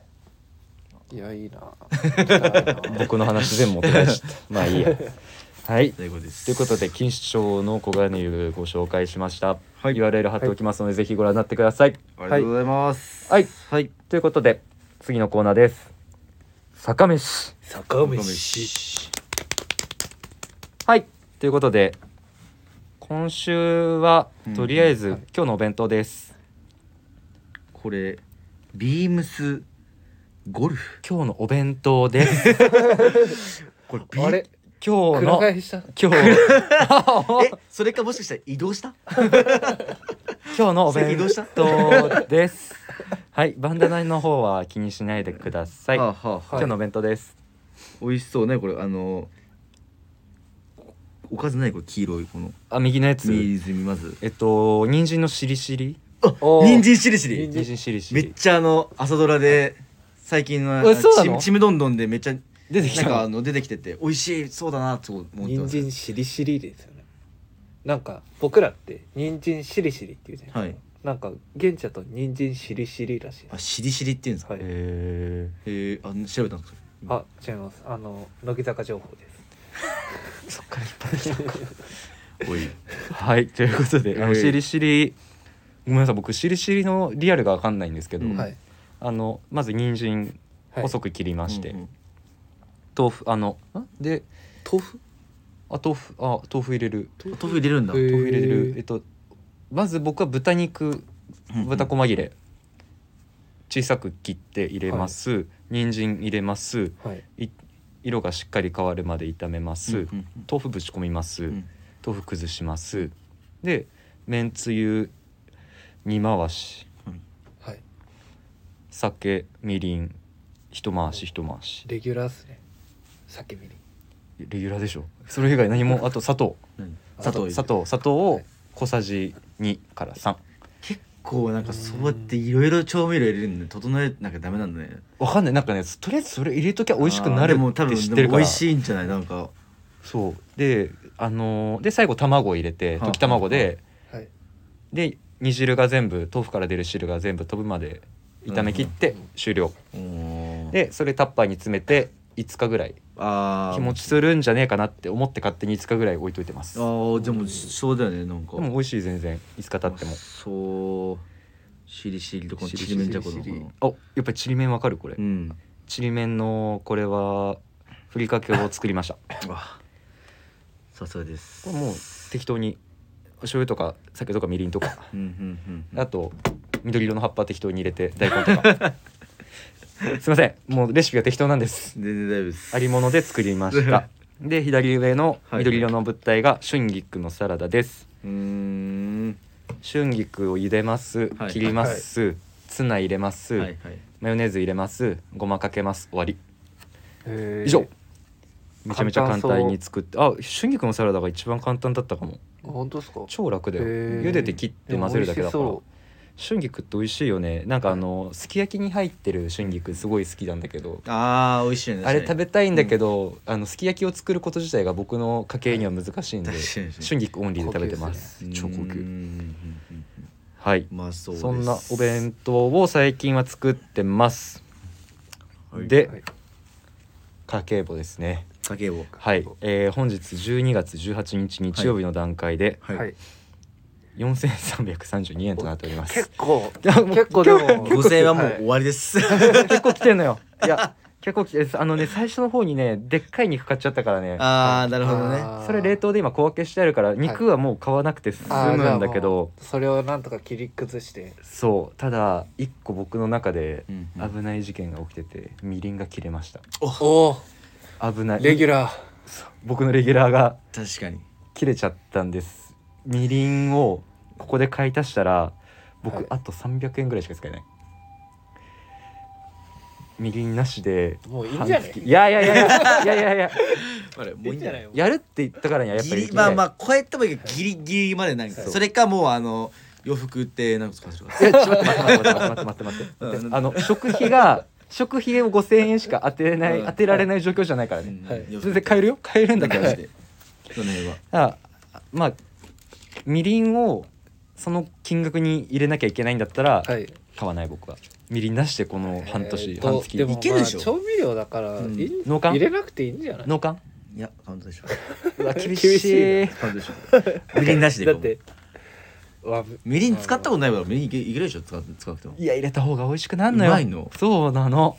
Speaker 2: いやいい な行きたいな
Speaker 1: 僕の話全部持って返した まあいいやはい
Speaker 3: ということです
Speaker 1: ということで錦糸町の小金湯ご紹介しました、
Speaker 3: はい
Speaker 1: URL 貼っておきますので、ぜひご覧になってください
Speaker 3: ありがとうございます
Speaker 1: はい
Speaker 3: はい
Speaker 1: ということで次のコーナーです坂飯
Speaker 2: 坂
Speaker 3: ごめん
Speaker 2: 飯
Speaker 1: はいということで今週は
Speaker 3: うん
Speaker 1: とりあえず、
Speaker 2: はい
Speaker 1: 今日のお弁当です
Speaker 3: これビームスゴルフ
Speaker 1: 今日のお弁当です
Speaker 3: これビ
Speaker 2: あれ
Speaker 1: 今日
Speaker 2: 暗
Speaker 1: の
Speaker 2: 返した
Speaker 1: 今日
Speaker 3: えそれかもしかしたら移動した
Speaker 1: 今日のお
Speaker 3: 最近
Speaker 1: 弁
Speaker 3: どうした
Speaker 1: 当ですはいバンダナの方は気にしないでください
Speaker 3: はあはあ
Speaker 1: 今
Speaker 3: は
Speaker 1: 日
Speaker 3: い
Speaker 1: のお弁当です
Speaker 3: 美味しそうねこれあのおかずないこれ黄色いこの
Speaker 1: あ右のやつ
Speaker 3: 水見ます
Speaker 1: えっと人参のしりしり
Speaker 2: おー
Speaker 3: 人参しりし
Speaker 2: 人
Speaker 3: り
Speaker 2: 参
Speaker 1: 人参しりし
Speaker 3: めっ
Speaker 1: り
Speaker 3: ちゃあの朝ドラで最近のあ
Speaker 1: えそうなの
Speaker 3: ちちむどんどんでめっちゃ
Speaker 1: 出てき
Speaker 3: なん
Speaker 1: た
Speaker 3: かあ
Speaker 1: の
Speaker 3: の出てきてて美味しいそうだなと思ってま
Speaker 2: 人
Speaker 3: す
Speaker 2: 参しりしりですよねなんか僕らって人参しりしりっていうじゃない
Speaker 3: はい
Speaker 2: なんか現地だと人参しりしりらしいで
Speaker 3: あしりしりっていうんです
Speaker 2: す
Speaker 3: か
Speaker 2: はい、
Speaker 1: え
Speaker 3: へえあ調べたんですか
Speaker 2: あ違いますあの乃木坂情報です
Speaker 1: ー、そっから引っ張ってきた
Speaker 3: おい
Speaker 1: はいということで、あ
Speaker 3: は
Speaker 1: の
Speaker 3: い
Speaker 1: しりしりごめんなさい僕しりしりのリアルがわかんないんですけど、
Speaker 3: うん
Speaker 2: はい、
Speaker 1: あのまず人参
Speaker 2: はい、
Speaker 1: 細く切りまして、
Speaker 3: うんうん
Speaker 1: 豆腐あのんで
Speaker 2: 豆腐
Speaker 1: あ豆腐あ豆腐入れる
Speaker 3: 豆腐入れるんだ
Speaker 2: へえ
Speaker 1: 豆腐入れるえっとまず僕は豚肉豚こま切れ小さく切って入れます、人参入れます
Speaker 2: はい
Speaker 1: い色がしっかり変わるまで炒めます、
Speaker 3: うん
Speaker 1: 豆腐ぶち込みます、
Speaker 3: うん
Speaker 1: 豆腐崩しますでめんつゆ煮回し
Speaker 2: はい
Speaker 1: 酒みりん一回し一回し
Speaker 2: レギュラーっすね酒みりん
Speaker 1: レギュラーでしょそれ以外何もあと砂糖
Speaker 3: うん
Speaker 1: 砂
Speaker 3: 砂
Speaker 1: 糖
Speaker 3: 糖
Speaker 1: 砂糖砂糖を
Speaker 2: はい
Speaker 1: 小さじ2から3
Speaker 3: 結構なんかそうやっていろいろ調味料入れるんで整えなきゃダメなんだね
Speaker 1: わかんないなんかねとりあえずそれ入れときゃ美味しくなる
Speaker 3: あーでも
Speaker 1: っ
Speaker 3: 多分
Speaker 1: て知ってるから
Speaker 3: でも美味しいんじゃないなんか
Speaker 1: そうであのーで最後卵入れて
Speaker 3: はあ
Speaker 1: 溶き卵で
Speaker 2: はい
Speaker 1: で煮汁が全部豆腐から出る汁が全部飛ぶまで炒め切って
Speaker 2: うん
Speaker 1: 終了
Speaker 3: で
Speaker 1: でそれタッパーに詰めて5日ぐらい
Speaker 3: あー
Speaker 1: 日持ちするんじゃねえかなって思って勝手に5日ぐらい置いといてま
Speaker 3: あ
Speaker 1: すで
Speaker 3: ーでもそうだよねなんか
Speaker 1: も美味しい全然5日経っても
Speaker 3: そうしりしりとこの
Speaker 1: しり
Speaker 3: ち
Speaker 1: しり
Speaker 3: りめんじゃこの
Speaker 2: しりしり
Speaker 3: この
Speaker 1: あやっぱりちりめんわかるこれ
Speaker 3: うん
Speaker 1: ちりめんのこれはふりかけを作りま した
Speaker 3: うわさすがです
Speaker 1: これもう適当に醤油とか酒とかみりんとか
Speaker 3: うんうんうん
Speaker 1: あと緑色の葉っぱ適当に入れて大根と かすいませんもうレシピが適当なんです
Speaker 3: 全然大丈夫です
Speaker 1: ありもので作りました で左上の緑色の物体が春菊のサラダです
Speaker 3: うーん
Speaker 1: 春菊を茹でます
Speaker 3: はい
Speaker 1: 切ります、ツナ入れます、
Speaker 3: はいはい
Speaker 1: マヨネーズ入れますごまかけます終わり
Speaker 2: へー
Speaker 1: 以上めちゃめちゃ簡
Speaker 2: 簡単そう
Speaker 1: 単に作ってあ春菊のサラダが一番簡単だったかも
Speaker 2: 本当ですか
Speaker 1: 超楽だよ
Speaker 2: へー
Speaker 1: 茹でて切って混ぜるだけだから
Speaker 2: でも
Speaker 1: 春菊って美味しいよねなんかあのすき焼きに入ってる春菊すごい好きなんだけど
Speaker 3: あー美味しいよね
Speaker 1: あれ食べ
Speaker 3: 確
Speaker 1: たいんだけど、あのすき焼きを作ること自体が僕の家系には難しいんで
Speaker 3: かに確かに
Speaker 1: 春菊オンリーで食べてます
Speaker 3: うん
Speaker 1: 超高
Speaker 3: うんうん
Speaker 1: 級
Speaker 3: うんうん
Speaker 1: はい
Speaker 3: うんまあそうです
Speaker 1: そんなお弁当を最近は作ってます、
Speaker 3: はい
Speaker 1: で、
Speaker 2: はい
Speaker 1: 家計簿ですね
Speaker 3: 家計簿
Speaker 1: はい、えー本日12月18日日曜日の段階で
Speaker 2: は、
Speaker 3: はいい
Speaker 1: 4332円となっております
Speaker 2: 結構
Speaker 1: いやもう
Speaker 2: 結構でも
Speaker 3: 5000円はもう終わりです
Speaker 1: 結構来てんのよいや結構きえあのね最初の方にねでっかい肉買っちゃったからね
Speaker 3: ああなるほどね
Speaker 2: あー
Speaker 1: それ冷凍で今小分けしてあるから肉はもう買わなくて済
Speaker 2: あーじゃ
Speaker 1: む
Speaker 2: あ
Speaker 1: んだけ
Speaker 2: も
Speaker 1: ど
Speaker 2: うそれをなんとか切り崩して
Speaker 1: そうただ一個僕の中で
Speaker 3: うんうん
Speaker 1: 危ない事件が起きててみりんが切れました
Speaker 2: おお
Speaker 1: 危ない
Speaker 2: レギュラー
Speaker 1: そう僕のレギュラーが
Speaker 3: 確かに
Speaker 1: 切れちゃったんですみりんをここで買い足したら僕、
Speaker 2: はい
Speaker 1: あと300円ぐらいしか使えないみりんなしで
Speaker 2: もういいんじゃ
Speaker 1: 半
Speaker 2: ね
Speaker 1: 月いやいやいやいやいやいやいや
Speaker 3: あれも
Speaker 2: いいんじゃないよ
Speaker 1: やるって言ったからにはやっぱ
Speaker 3: ギ
Speaker 1: り
Speaker 3: リまあま
Speaker 1: あ
Speaker 3: あ超えてもいいけどギリギリまでなんか
Speaker 1: そう
Speaker 3: それかもうあの洋服ってなんか使うとか
Speaker 1: いやちょっと待って待って待って待って待って待って
Speaker 3: うん
Speaker 1: あの食費が食費を5000円しか当てない
Speaker 3: うん
Speaker 1: 当てられない状況じゃないからね
Speaker 2: はい
Speaker 1: 全然買える
Speaker 3: よ
Speaker 1: よ買えるんだ
Speaker 3: だ
Speaker 1: け
Speaker 3: か
Speaker 1: ど
Speaker 3: ら
Speaker 1: ね
Speaker 3: してその辺は
Speaker 1: あまあみりんをその金額に入れなきゃいけないんだったら
Speaker 2: はい
Speaker 1: 買わない僕はみりんなしでこの半年、
Speaker 2: えーと
Speaker 1: 半月
Speaker 2: でもまあ
Speaker 3: いけるでしょ
Speaker 2: 調味料だから
Speaker 3: うん
Speaker 2: いい
Speaker 1: 農
Speaker 2: 入
Speaker 1: 館
Speaker 2: れなくていいんじゃない
Speaker 1: 農館
Speaker 3: いやカウントでしょ
Speaker 1: うわ厳しい
Speaker 2: 厳し
Speaker 1: い
Speaker 3: カウントで しょみりんなしで
Speaker 2: だ
Speaker 3: い
Speaker 2: っ
Speaker 3: こう
Speaker 2: てわ
Speaker 3: みりん使ったことないわみりんいけいけるでしょ使う使わなくても
Speaker 1: や入れた方が美味しくなんのよ
Speaker 3: うまいの
Speaker 1: そうなの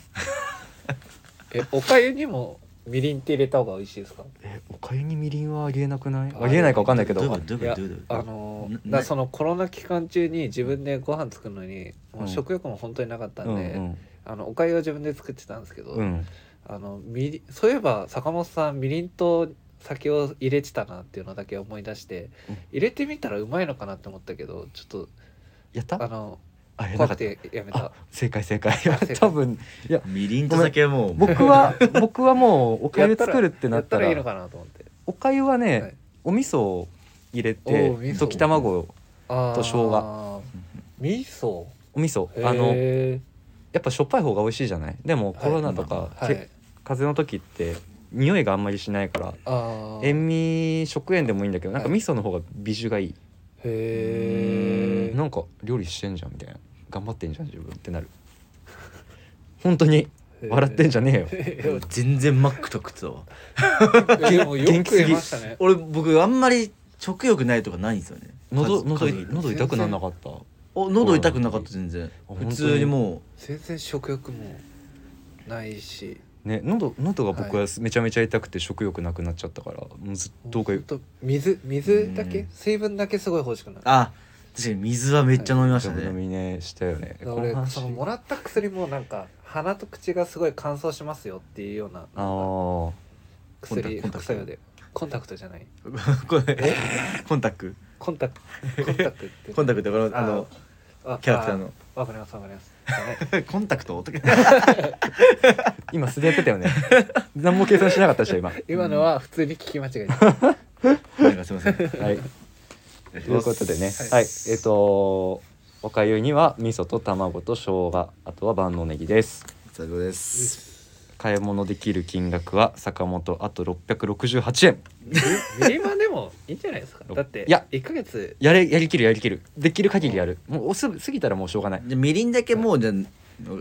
Speaker 2: えおかゆにもみりんって入れた方が美味しいですか
Speaker 1: えおかゆにみりんはありえなくない
Speaker 2: あ
Speaker 1: ありえないか分かんないけど
Speaker 3: どういうことどう
Speaker 2: い
Speaker 3: いうこ
Speaker 2: や
Speaker 3: とどういうこ
Speaker 2: あ
Speaker 3: と
Speaker 2: のー
Speaker 3: な
Speaker 2: だからそのコロナ期間中に自分でご飯作るのにもう食欲も本当になかった
Speaker 1: うんん
Speaker 2: で、
Speaker 1: うん
Speaker 2: あのおかゆを自分で作ってたんですけど、
Speaker 1: うん
Speaker 2: あのみりそういえば坂本さんみりんと酒を入れてたなっていうのだけ思い出して
Speaker 1: うん
Speaker 2: 入れてみたらうまいのかなって思ったけどちょっ
Speaker 1: やっ
Speaker 2: とあ
Speaker 1: た
Speaker 2: の
Speaker 1: あやれな
Speaker 2: 怖
Speaker 1: か
Speaker 2: く
Speaker 1: った
Speaker 2: てやめ
Speaker 1: あ
Speaker 2: た
Speaker 1: 正解正解
Speaker 2: あ正解
Speaker 1: 多分
Speaker 3: みりんと酒はもう
Speaker 1: 僕は僕はもうおかゆ作るってな
Speaker 2: やっ
Speaker 1: った
Speaker 2: た
Speaker 1: ら
Speaker 2: らいいのかなと思って
Speaker 1: おかゆはね、
Speaker 2: はい
Speaker 1: お味噌を入れて
Speaker 2: おー味噌
Speaker 1: 溶き卵を
Speaker 2: あー
Speaker 1: と生姜
Speaker 2: 味噌
Speaker 1: お味噌あ
Speaker 2: あ
Speaker 1: の
Speaker 2: の
Speaker 1: やっぱしょっぱい方が美味しいじゃないでもコロナとか、
Speaker 2: は
Speaker 1: け
Speaker 2: い
Speaker 1: 風邪の時って匂いがあんまりしないから
Speaker 2: あーへ
Speaker 1: 塩味食塩でもいいんだけどなんか
Speaker 2: はい
Speaker 1: 味噌の方が美酒がいい、
Speaker 2: え
Speaker 1: なんか料理してんじゃんみたいな頑張ってんじゃん自分ってなる本当に笑ってんじゃねえよ、
Speaker 2: ゃん
Speaker 3: 全然マックと食ってたわ
Speaker 2: でもよ
Speaker 1: 元
Speaker 2: く
Speaker 1: 気すぎ
Speaker 2: 食いましたね
Speaker 3: 俺僕あんまり食欲ないとかないんですよね
Speaker 1: 喉
Speaker 3: 数
Speaker 1: 喉
Speaker 3: 数
Speaker 1: 喉痛くなんなかった
Speaker 3: お喉痛くなかった全然
Speaker 1: あ
Speaker 3: 普通にも
Speaker 2: 全然食欲もないし
Speaker 1: ね喉喉が僕はめちゃめちゃ痛くて食欲なくなっちゃったから、もうずっとおかゆ
Speaker 2: ほんと水水だ
Speaker 3: う
Speaker 2: け
Speaker 3: ん
Speaker 2: 水分だけすごい欲しくなる
Speaker 3: うあ確かに水はめっちゃ飲みました
Speaker 1: 飲
Speaker 3: ね
Speaker 1: みねしたよね
Speaker 2: だから俺
Speaker 1: この話
Speaker 2: そのもらった薬もなんか鼻と口がすごい乾燥しますよっていうような
Speaker 1: あー
Speaker 2: 薬
Speaker 3: コン
Speaker 2: 副
Speaker 3: タクト
Speaker 2: 作用でコンタクトじゃない
Speaker 3: これコンタク
Speaker 2: コンタクトコンタクトって
Speaker 3: トコンタクトこのあの
Speaker 2: あ
Speaker 3: キャラクター の
Speaker 2: あわかりますわかりますはい
Speaker 3: コンタク ト
Speaker 1: 今素でやってたよね 何も計算しなかったでしょ今は
Speaker 2: 今のは普通に聞き間違えた
Speaker 3: なんかす いませんと
Speaker 1: いということでね
Speaker 2: はい
Speaker 1: はいえっ、とおかゆには味噌と卵と生姜あとは万能ネギです
Speaker 3: 最後です
Speaker 1: 買い物できる金額は坂本あと668円
Speaker 2: ミリマでもいいんじゃないですかだって
Speaker 1: いや
Speaker 2: 1ヶ月
Speaker 1: やれやりきるやりきるできる限りやるもうおす過ぎたらもうしょうがない
Speaker 3: じゃあみりんだけもうじゃあ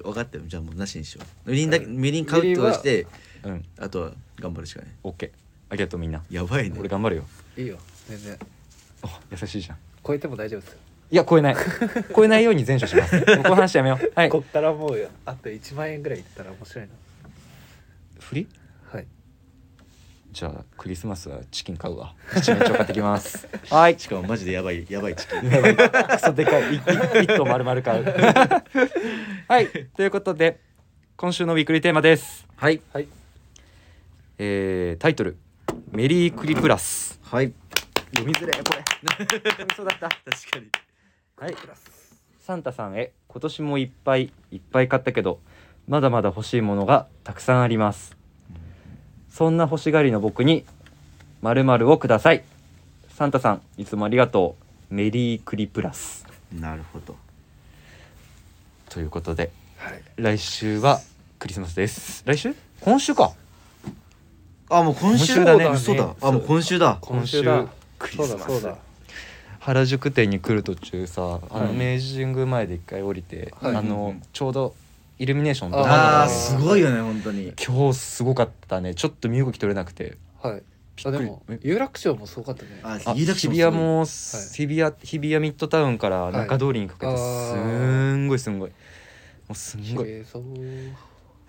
Speaker 3: お分かったよじゃあもうなしにしようみりんだけみりん買うとして
Speaker 1: うん
Speaker 3: あとは頑張るしかない
Speaker 1: OK ありがとうみんな
Speaker 3: やばいね
Speaker 1: 俺頑張るよ
Speaker 2: いいよ全然
Speaker 1: お優しいじゃん
Speaker 2: 超えても大丈夫ですよ
Speaker 1: いや超 えない超えないように善処しますもうこの話やめようはい
Speaker 2: こっからもうあと1万円ぐらいいったら面白いな
Speaker 1: 振り
Speaker 2: はい
Speaker 1: じゃあクリスマスはチキン買うわ七面鳥買ってきます はい
Speaker 3: しかもマジでやばいやばいチキン
Speaker 1: やばいクソでかいいい一頭丸々買う はいということで今週のウィークリーテーマです
Speaker 3: はい
Speaker 2: はい
Speaker 1: えー、タイトル「メリークリプラス
Speaker 3: はい」
Speaker 1: 読みづれえこれ 読みそうだった
Speaker 3: 確かに
Speaker 1: はい
Speaker 2: プラス
Speaker 1: サンタさんへ今年もいっぱいいっぱい買ったけどまだまだ欲しいものがたくさんありますそんな欲しがりの僕に〇〇をくださいサンタさんいつもありがとうメリークリプラス
Speaker 3: なるほど
Speaker 1: ということで
Speaker 2: はい
Speaker 1: 来週はクリスマスです来週今週か
Speaker 3: あもう今
Speaker 1: 今
Speaker 3: 週
Speaker 1: 週だね
Speaker 3: 嘘だあもう今週だ
Speaker 2: 今週だ
Speaker 1: 今週
Speaker 2: そうだそうだ
Speaker 1: 原宿店に来る途中さあ
Speaker 3: は
Speaker 1: の
Speaker 3: い
Speaker 1: 明治神宮前で一回降りて、
Speaker 2: はい
Speaker 1: あ
Speaker 3: うんう
Speaker 1: の
Speaker 3: ん
Speaker 1: ちょうどイルミネーション
Speaker 3: あ
Speaker 2: あー
Speaker 3: あーすごいよね本当に
Speaker 1: 今日すごかったねちょっと身動き取れなくて
Speaker 2: はい
Speaker 1: び
Speaker 2: あ
Speaker 1: っ
Speaker 2: で
Speaker 1: くり
Speaker 2: も有楽町もすごかったね。
Speaker 3: あ
Speaker 1: あ
Speaker 3: 有楽町
Speaker 1: 日
Speaker 3: も
Speaker 1: 比
Speaker 3: すごい
Speaker 1: 谷も日比谷日比谷ミッドタウンから中通りにかけて
Speaker 2: はいあ
Speaker 1: す
Speaker 2: ー
Speaker 1: んごいすんごいもうすんごい
Speaker 2: えそう。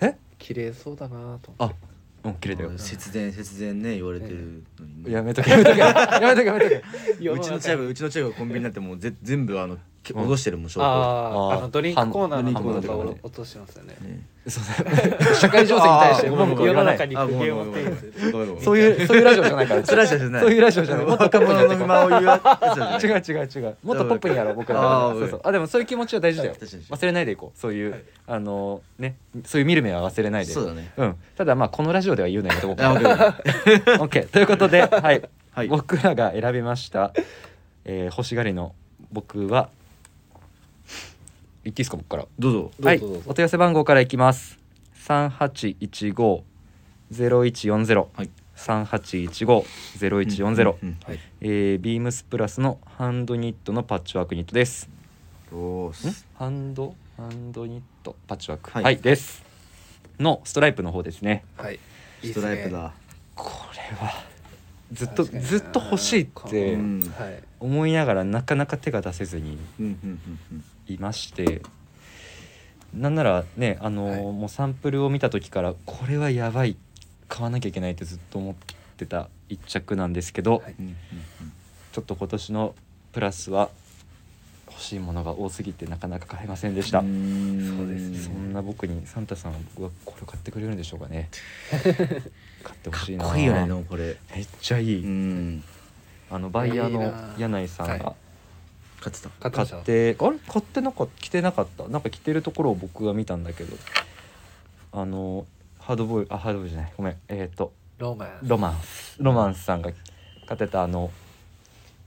Speaker 1: え
Speaker 2: 綺麗そうだなと思って
Speaker 1: あうん切れたよ
Speaker 3: 節電節電ね言われてるのにね
Speaker 1: やめとけやめとけやめとけやめとけ
Speaker 2: 世
Speaker 3: うち
Speaker 2: 中
Speaker 3: のチャイブうちのチャイブがコンビニなんてもうぜ全部あのけ
Speaker 1: うん
Speaker 3: 脅してるもん証拠
Speaker 2: あー
Speaker 1: あー
Speaker 2: あのドリンクコーナーの
Speaker 3: ハン
Speaker 2: 箱
Speaker 3: バ
Speaker 2: と
Speaker 3: ー
Speaker 2: か
Speaker 3: ガ
Speaker 2: を
Speaker 3: ーとか
Speaker 2: 落としてますよね
Speaker 3: ね
Speaker 1: そうだ社会情勢に対して
Speaker 3: あーごめん
Speaker 1: 文
Speaker 3: ご
Speaker 1: 句を言
Speaker 2: 世
Speaker 3: めん
Speaker 2: の
Speaker 1: わな
Speaker 2: 中
Speaker 1: い
Speaker 2: に
Speaker 3: あ
Speaker 2: 苦
Speaker 3: ごめん
Speaker 2: 言
Speaker 3: ご
Speaker 2: を
Speaker 3: めんごめ
Speaker 2: 呈す
Speaker 3: ん
Speaker 2: る
Speaker 3: ごめんごめん
Speaker 1: そういうそういうラジオじゃないから
Speaker 3: そういうラジオじゃない
Speaker 1: そういうラジオじゃないもっと
Speaker 3: 若者の不満を言うやつじゃない
Speaker 1: 違う違う違うもっとポップにやろう僕ら
Speaker 3: あ
Speaker 1: は
Speaker 3: ー
Speaker 1: そうそうあでもそういう気持ちは大事だよ
Speaker 3: 確かに確かに
Speaker 1: 忘れないでいこうそういう、あのねそういう見る目は忘れないで
Speaker 3: そうだね
Speaker 1: うんただまあこのラジオでは言うのやめとこう
Speaker 3: あ
Speaker 1: か
Speaker 3: わかる
Speaker 1: オッケーということで、はい
Speaker 3: はい
Speaker 1: 僕らが選びました、えー、星狩りの僕は言っていいですか僕から
Speaker 3: どうぞ
Speaker 2: ど
Speaker 1: は
Speaker 2: う
Speaker 1: い
Speaker 2: ぞどうぞ
Speaker 1: お問い合わせ番号からいきます三八一五ゼロ一四ゼロ
Speaker 3: はい
Speaker 1: 三八一五ゼロ一四ゼロ
Speaker 3: うんうん
Speaker 2: はい
Speaker 1: えービームスプラスのハンドニットのパッチワークニットです
Speaker 3: おーす
Speaker 1: ハンドハンドニットパッチワーク
Speaker 3: は
Speaker 1: はいい、ですのストライプの方ですね
Speaker 2: はいいい
Speaker 3: ス
Speaker 2: っす
Speaker 3: ト
Speaker 2: ね
Speaker 3: ライプだ
Speaker 1: これはずっと
Speaker 2: 確かにな
Speaker 1: ずっと欲しいって
Speaker 3: うん
Speaker 2: はい
Speaker 1: 思いながらなかなか手が出せずに
Speaker 3: うんうんうんうん
Speaker 1: いましてなんならねあのー
Speaker 2: はい
Speaker 1: もうサンプルを見た時からこれはやばい買わなきゃいけないってずっと思ってた一着なんですけど、
Speaker 2: はい
Speaker 3: うんうん
Speaker 1: ちょっと今年のプラスは欲しいものが多すぎてなかなか買えませんでした、
Speaker 3: うん
Speaker 2: そうですね
Speaker 1: そんな僕にサンタさんは僕はこれ買ってくれるんでしょうか ね買ってほ
Speaker 3: か
Speaker 1: しいな
Speaker 3: っこいいよねでもこれ
Speaker 1: めっちゃいい、
Speaker 3: うん
Speaker 1: あのバイヤー
Speaker 2: いい
Speaker 1: の
Speaker 2: な
Speaker 1: 柳井さん
Speaker 2: は
Speaker 1: が
Speaker 3: 勝って
Speaker 1: 買
Speaker 2: 買って
Speaker 3: た
Speaker 2: ま
Speaker 1: っ
Speaker 2: した
Speaker 1: て、あれ買ってなかった着てなかったなんか着てるところを僕が見たんだけどあのハードボイルあハードボイルじゃないごめんえっ、と
Speaker 2: ロマン
Speaker 1: ロマンスロマンスさんが買ってたあの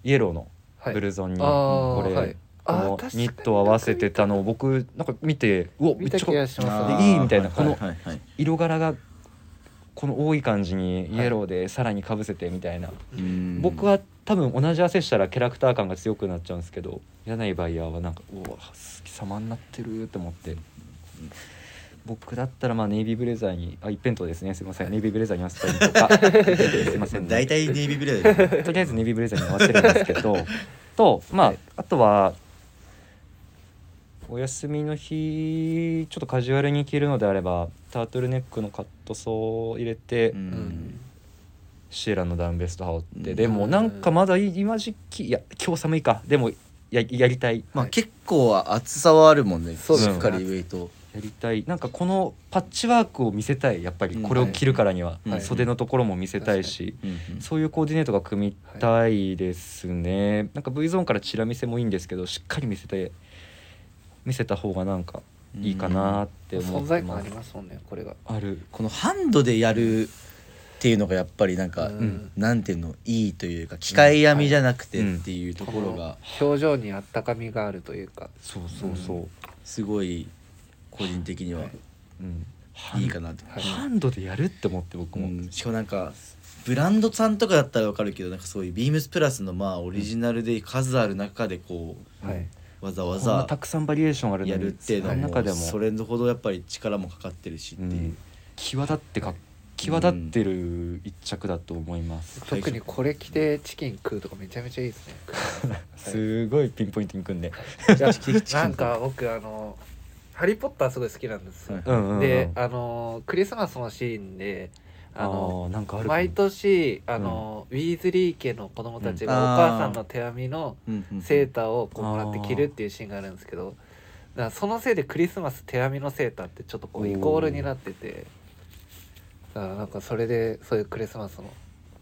Speaker 1: イエローのブルゾンに、
Speaker 2: はいあー
Speaker 1: これ、
Speaker 2: はい
Speaker 1: こ
Speaker 2: あー
Speaker 1: の
Speaker 2: 確かに
Speaker 1: ニットを合わせてたのを僕なんか見てうおめ
Speaker 2: 見
Speaker 1: っち
Speaker 2: た
Speaker 1: ゃか
Speaker 2: 気がします
Speaker 1: で
Speaker 2: ね
Speaker 1: いいみたいなこの
Speaker 3: はいはいはい
Speaker 1: 色柄がこの多い感じに
Speaker 2: はい
Speaker 1: イエローでさらにかぶせてみたいな、
Speaker 3: うん
Speaker 1: 僕は多分同じ汗したらキャラクター感が強くなっちゃうんですけど柳井バイヤーはなんかうわ好き様になってると思って僕だったらまあネイビーブレザーにあ一辺倒ですねすいませんネイビーブレザーに合わせたりとか すいません、ね、
Speaker 3: 大体ネイビーブレーだよね
Speaker 1: とりあえずネイビーブレザーに合わせるんですけ どとまあ、あとはお休みの日ちょっとカジュアルに着るのであればタートルネックのカットソーを入れて、
Speaker 3: う
Speaker 2: うんん
Speaker 1: シエラのダウンベスト羽織って、
Speaker 3: うん
Speaker 1: でもなんかまだ今時期いや今日寒いかでもややりたい
Speaker 3: まあ
Speaker 2: はい
Speaker 3: 結構厚さはあるもんねし
Speaker 2: そう
Speaker 1: ですね
Speaker 3: っかりウェイト
Speaker 1: やりたいなんかこのパッチワークを見せたいやっぱり
Speaker 3: うん
Speaker 1: これを着るからには、
Speaker 3: はい
Speaker 1: 袖のところも見せたいし。そういうコーディネートが組みたいですね、なんか V ゾーンからチラ見せもいいんですけどしっかり見せて見せた方がなんかいいかなって思
Speaker 2: 存
Speaker 1: って
Speaker 2: 在感
Speaker 1: ま
Speaker 2: あ
Speaker 1: す
Speaker 2: り、ますもんねこれが
Speaker 1: ある
Speaker 3: このハンドでやるっていうのがやっぱりなんか、
Speaker 2: うん
Speaker 3: なんていうのいいというか機械編みじゃなくてっていうところが
Speaker 2: 表情にあったかみがあるというか
Speaker 1: そうそうそう、
Speaker 3: すごい個人的には
Speaker 1: うん
Speaker 3: いいかなと、
Speaker 2: はい
Speaker 1: ハンドでやるって思って僕
Speaker 3: う
Speaker 1: も、
Speaker 3: んしかもなんかブランドさんとかだったらわかるけどなんかそういうビームスプラスのまあオリジナルで数ある中でこ
Speaker 2: はい
Speaker 3: わざわ
Speaker 1: こんな
Speaker 3: ざ
Speaker 1: たくさんバリエーションあるの
Speaker 3: や
Speaker 1: に
Speaker 3: るっていうの
Speaker 1: その
Speaker 3: は
Speaker 1: 中
Speaker 3: も
Speaker 1: で
Speaker 3: う
Speaker 1: も
Speaker 3: それほどやっぱり力もかかってるしって
Speaker 1: う、
Speaker 3: いうん
Speaker 1: 際立ってか際立ってる一着だと思います、
Speaker 2: 特にこれ着てチキン食うとかめちゃめちゃいいで すね
Speaker 1: すごいピンポイントに組んで、
Speaker 2: じゃあなんか僕あの「ハリー・ポッター」すごい好きなんですよ、
Speaker 3: はい
Speaker 1: うんうんうん、
Speaker 2: であのクリスマスのシーンであ
Speaker 1: あ
Speaker 2: の
Speaker 1: のなんかあるかも
Speaker 2: 毎年あの、ウィーズリー家の子供たちが
Speaker 3: うん
Speaker 2: お母さんの手編みの
Speaker 3: うんうん
Speaker 2: セーターをこうもらって着るっていうシーンがあるんですけどだからそのせいでクリスマス手編みのセーターってちょっと
Speaker 1: お
Speaker 2: こう
Speaker 1: ー
Speaker 2: イコールになっててだからなんかそれでそういうクリスマスの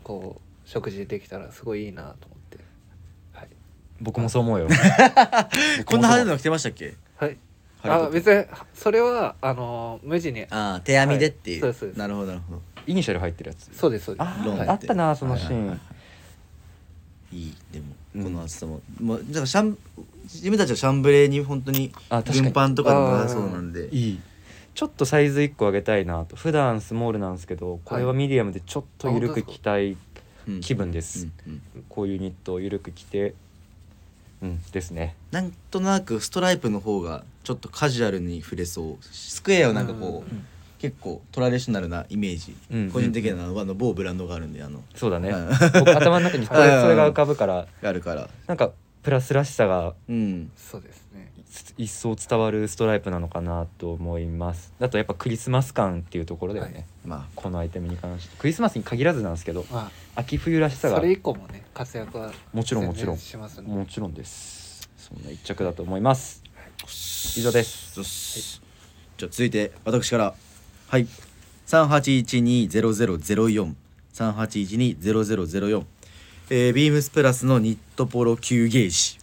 Speaker 2: こう食事できたらすごいいいなと思ってはい、
Speaker 1: 僕もそう思うよ
Speaker 3: こんな派手なの着てましたっけ
Speaker 2: はい、
Speaker 3: ハリーポッタ
Speaker 2: あ
Speaker 3: ー
Speaker 2: 別にそれはあの無地に
Speaker 3: ああ手編みでっていう,、
Speaker 2: はいそうですそうです
Speaker 3: なるほどなるほど
Speaker 1: イニシャル入ってるやつ
Speaker 2: そうですそうです
Speaker 1: あー
Speaker 3: ロンって
Speaker 1: あったなそのシーン、
Speaker 3: はいはいはいいいでも
Speaker 1: うん
Speaker 3: この厚さも、もうだからシャン自分たちはシャンブレーに本当に
Speaker 1: あ確か
Speaker 3: 軍
Speaker 1: に
Speaker 3: パンとかでもなさそうなんで
Speaker 1: いいちょっとサイズ1個上げたいなと普段スモールなんですけどこれはミディアムでちょっと緩く着たい
Speaker 3: うん
Speaker 1: 気分です、
Speaker 3: うんうん
Speaker 1: こういうニットを緩く着てうんですね
Speaker 3: なんとなくストライプの方がちょっとカジュアルに触れそうスクエアはなんかこう、
Speaker 2: うん
Speaker 3: 結構トラディショナルなイメージ、
Speaker 1: うん
Speaker 3: 個人的なのはあの某ブランドがあるんであの
Speaker 1: そうだね、
Speaker 3: うん
Speaker 1: 僕頭の中にそれ
Speaker 3: うん
Speaker 1: それが浮かぶから
Speaker 3: あるから
Speaker 1: なんかプラスらしさが
Speaker 3: うん
Speaker 2: そうですね
Speaker 1: つ一層伝わるストライプなのかなと思いますあとやっぱクリスマス感っていうところだよね、
Speaker 2: はい
Speaker 3: ま
Speaker 1: このアイテムに関してクリスマスに限らずなんですけど
Speaker 2: まあ
Speaker 1: 秋冬らしさ
Speaker 2: そ
Speaker 1: が
Speaker 2: れ以降もね活躍は
Speaker 1: もちろんもちろん
Speaker 2: 全然しますね
Speaker 1: もちろんですそんな一着だと思います以上です
Speaker 3: よしじゃあ続いて私からはい38120004 38120004えー、ビームスプラスのニットポロ9ゲージ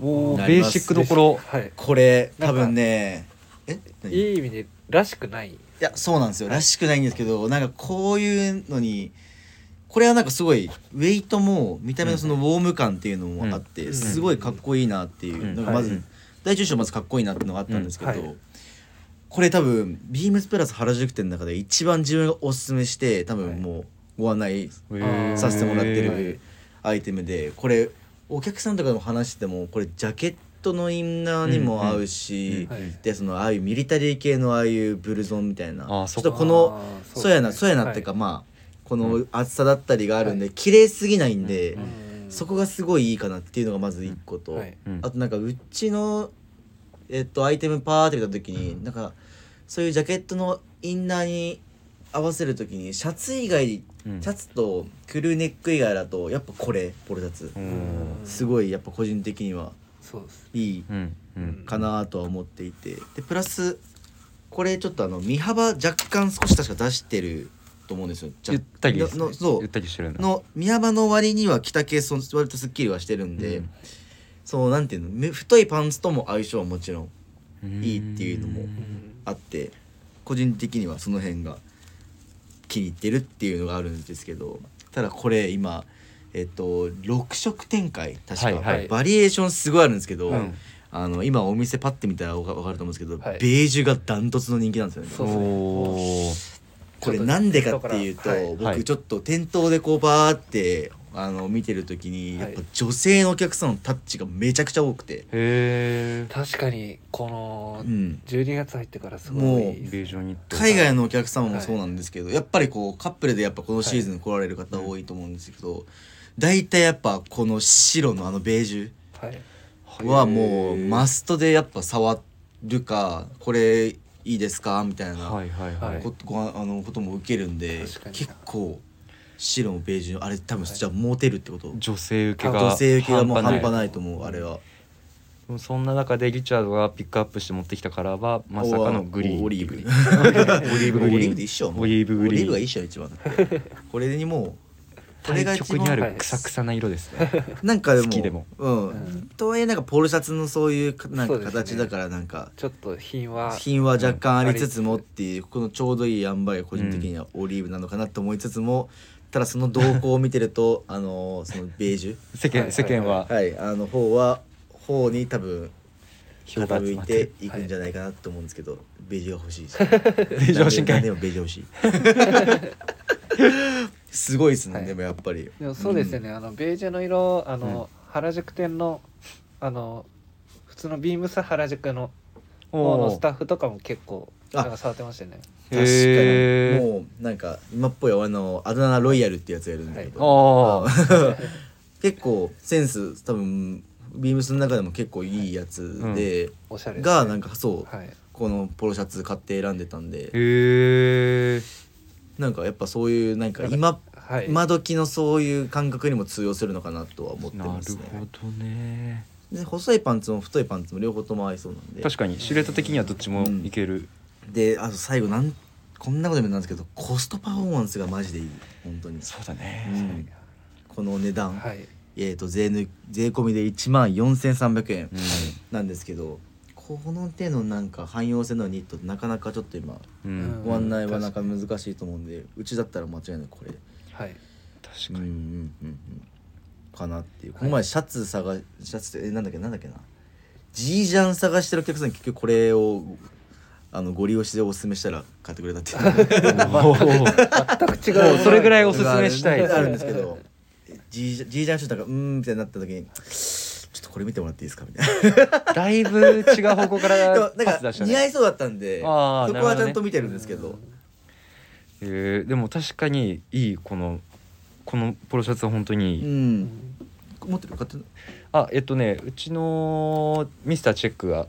Speaker 1: お
Speaker 3: な
Speaker 1: ー
Speaker 3: り
Speaker 1: ベー
Speaker 3: ます
Speaker 1: シックどころ
Speaker 2: はい
Speaker 3: これ多分ねえ何
Speaker 2: いい意味でらしくない
Speaker 3: いやそうなんですよらしくないんですけどなんかこういうのにこれはなんかすごいウェイトも見た目のそのウォーム感っていうのもあって、
Speaker 2: うん
Speaker 3: すごいかっこいいなっていう、
Speaker 1: うん
Speaker 3: なんかまず、
Speaker 2: はい
Speaker 3: 第一章まずかっこいいなっていうのがあったんですけど、
Speaker 2: うんはい
Speaker 3: これ多分ビームスプラス原宿店の中で一番自分がおすすめして多分もうご案内
Speaker 2: へー
Speaker 3: させてもらって
Speaker 2: はい
Speaker 3: るアイテムでこれお客さんとかでも話しててもこれジャケットのインナーにも合うし。
Speaker 1: うんうん
Speaker 2: はい
Speaker 3: でそのああいうミリタリー系のああいうブルゾンみたいな
Speaker 1: あー
Speaker 3: ち
Speaker 1: そ
Speaker 3: ょっ
Speaker 1: っか
Speaker 3: とこの
Speaker 2: あーです
Speaker 3: そ,、
Speaker 2: ね
Speaker 3: やなそやなっていうか、まあこの厚さだったりがあるんで、綺麗すぎないんで、
Speaker 1: う
Speaker 2: はい
Speaker 3: そこがすごいいいかなっていうのがまず1個と、
Speaker 2: うんはい
Speaker 1: うん
Speaker 3: あとなんかうちのえっとアイテムパーって見た時に、なんかそういうジャケットのインナーに合わせる時にシャツ以外シ
Speaker 1: うん
Speaker 3: ャツとクルーネック以外だとやっぱこれポロシャツ、
Speaker 1: うん
Speaker 3: すごいやっぱ個人的には
Speaker 2: そうです
Speaker 3: いい
Speaker 1: うんうん
Speaker 3: かなとは思っていてでプラスこれちょっとあの身幅若干少し確か出してると思うんですよじゃ
Speaker 1: ゆったりですね
Speaker 3: ののそ
Speaker 1: ゆっ
Speaker 3: う
Speaker 1: たりしてるんだ
Speaker 3: の身幅の割には着丈そん割とすっきりはしてるんで、
Speaker 1: うん
Speaker 3: そうなんていうのめ太いパンツとも相性はもちろんいいっていうのも
Speaker 2: うん
Speaker 3: あって個人的にはその辺が気に入ってるっていうのがあるんですけどただこれ今えっと6色展開確か、
Speaker 1: はいはい
Speaker 3: バリエーションすごいあるんですけど、
Speaker 1: うん
Speaker 3: あの今お店パッて見たらわかわかると思うんですけど、
Speaker 2: はい
Speaker 3: ベージュがダントツの人気なんですよね
Speaker 2: そ
Speaker 1: お
Speaker 2: うですね
Speaker 1: おー
Speaker 3: これなんでかっていうと、
Speaker 2: はい
Speaker 1: はい
Speaker 3: 僕ちょっと店頭でこうバーってあの見てる時に、
Speaker 2: はい
Speaker 3: やっぱ女性のお客さんのタッチがめちゃくちゃ多くて、
Speaker 1: へえ
Speaker 2: 確かにこの
Speaker 3: うん、
Speaker 2: 12月入ってからす
Speaker 3: も
Speaker 2: ご
Speaker 3: う
Speaker 2: いです
Speaker 1: ベージュニット
Speaker 3: 海外のお客様もそうなんですけど、やっぱりこうカップルでやっぱこのシーズン来られる方多いと思うんですけど、大体やっぱこの白のあのベージ
Speaker 2: はい
Speaker 3: ュはもう
Speaker 1: へー
Speaker 3: マストでやっぱ触るかこれいいですかみたいな
Speaker 1: はいはいはい、
Speaker 2: はい
Speaker 3: こごあのことも受けるんで
Speaker 2: 確かに
Speaker 3: 結構白もベージュのあれ多分じゃあモテるってこと、
Speaker 1: 女性受けが
Speaker 3: 女性受けがもう半端
Speaker 1: い
Speaker 3: ないと思うあれは
Speaker 1: そんな中でリチャードがピックアップして持ってきたカラーはまさかのグリーン
Speaker 3: オリーブ
Speaker 1: リ
Speaker 3: オリ
Speaker 1: ーブグリーン
Speaker 3: オリーブで一緒
Speaker 1: オリーブグリーン
Speaker 3: オリーブが一緒一番だってこれにもうこれ
Speaker 1: 対
Speaker 3: が一
Speaker 1: 極にあ
Speaker 3: 番
Speaker 1: るクサクサな色ですね、
Speaker 3: なんかでも
Speaker 1: 好きでも
Speaker 3: うん、
Speaker 2: うん
Speaker 3: とはいえなんかポールシャツのそういうかなん
Speaker 2: そ
Speaker 3: か
Speaker 2: うです
Speaker 3: 形
Speaker 2: ね
Speaker 3: だからなんか
Speaker 2: ちょっと品は
Speaker 3: 品は若干ありつつも
Speaker 2: う
Speaker 3: っ
Speaker 2: ん
Speaker 3: ていうこのちょうどいい塩梅が個人的にはオリーブなのかなと思いつつも、ただその動向を見て るとあのそのベージ
Speaker 1: 世間
Speaker 2: はい
Speaker 1: 世間は
Speaker 3: ュはいあの方は方に多分
Speaker 1: が
Speaker 3: 傾
Speaker 1: 集
Speaker 3: い
Speaker 1: まってる
Speaker 3: ていくんじゃないかなと思うんですけど、ベージュが欲しいです
Speaker 1: ベージュ欲しいんかい
Speaker 3: 何でもベージュ欲しい すごいですね、
Speaker 2: はい
Speaker 3: でもやっぱり
Speaker 2: でもそうですよね、あのベージュの色あの、原宿店のあの普通のビームス原宿の方のスタッフとかも結構
Speaker 3: あ
Speaker 2: なんか触ってました よね
Speaker 3: 確か
Speaker 1: へ
Speaker 3: に
Speaker 1: ー
Speaker 3: もうなんか今っぽいあのあだ名ロイヤルってやつやるんだけど、
Speaker 1: ああ
Speaker 3: 結構センス多分ビームスの中でも結構いいやつで、
Speaker 2: おしゃれですね
Speaker 3: がなんかそう
Speaker 2: はい
Speaker 3: このポロシャツ買って選んでたんで
Speaker 1: へえ
Speaker 3: なんかやっぱそういうなんか今
Speaker 2: はい、
Speaker 3: 今時のそういう感覚にも通用するのかなとは思って
Speaker 1: なるほ
Speaker 3: ますね
Speaker 1: どね
Speaker 3: で細いパンツも太いパンツも両方とも合いそうなんで
Speaker 1: 確かにシルエット的にはどっちもいける、
Speaker 3: であと最後なんこんなこと言うのなんですけどコストパフォーマンスがマジでいい本当に
Speaker 1: そうだね、
Speaker 3: うんこの値段、
Speaker 2: はい
Speaker 3: えー、と税抜税込みで1万4300円
Speaker 1: うん
Speaker 3: なんですけどこの手のなんか汎用性のニットってなかなかちょっと今
Speaker 1: うん
Speaker 2: うん
Speaker 3: ご案内はなんか難しいと思うんでうちだったら間違いないこれ
Speaker 2: はい
Speaker 1: 確
Speaker 3: うん
Speaker 1: か
Speaker 3: うん
Speaker 1: に、
Speaker 3: うんうんかなっていう
Speaker 2: はい
Speaker 3: この前シャツ探しシャツってえなんだっけなんだっけなジージャン探してるお客さんに結局これをあのご利用しておすすめしたら買ってくれたっていう
Speaker 1: おー
Speaker 2: 全く違
Speaker 1: も
Speaker 2: う
Speaker 1: うそれぐらいおすすめしたい
Speaker 3: あるんですけどジージャンジージャンちょっとなんかうーんみたいになった時にちょっとこれ見てもらっていいですかみたいな
Speaker 1: だいぶ違う方向か
Speaker 3: でも
Speaker 1: ら
Speaker 3: なん
Speaker 1: パス出
Speaker 3: か
Speaker 1: した
Speaker 3: 似合
Speaker 1: ね
Speaker 3: いそうだったんでそこ
Speaker 1: あー
Speaker 3: はちゃ
Speaker 1: なるほど
Speaker 3: ん
Speaker 1: ね
Speaker 3: と見てるんですけど
Speaker 1: えーでも確かにいいこのこのポロシャツは本当にいい、
Speaker 3: うん持ってる買ってる
Speaker 1: あえっとねうちのミスターチェックが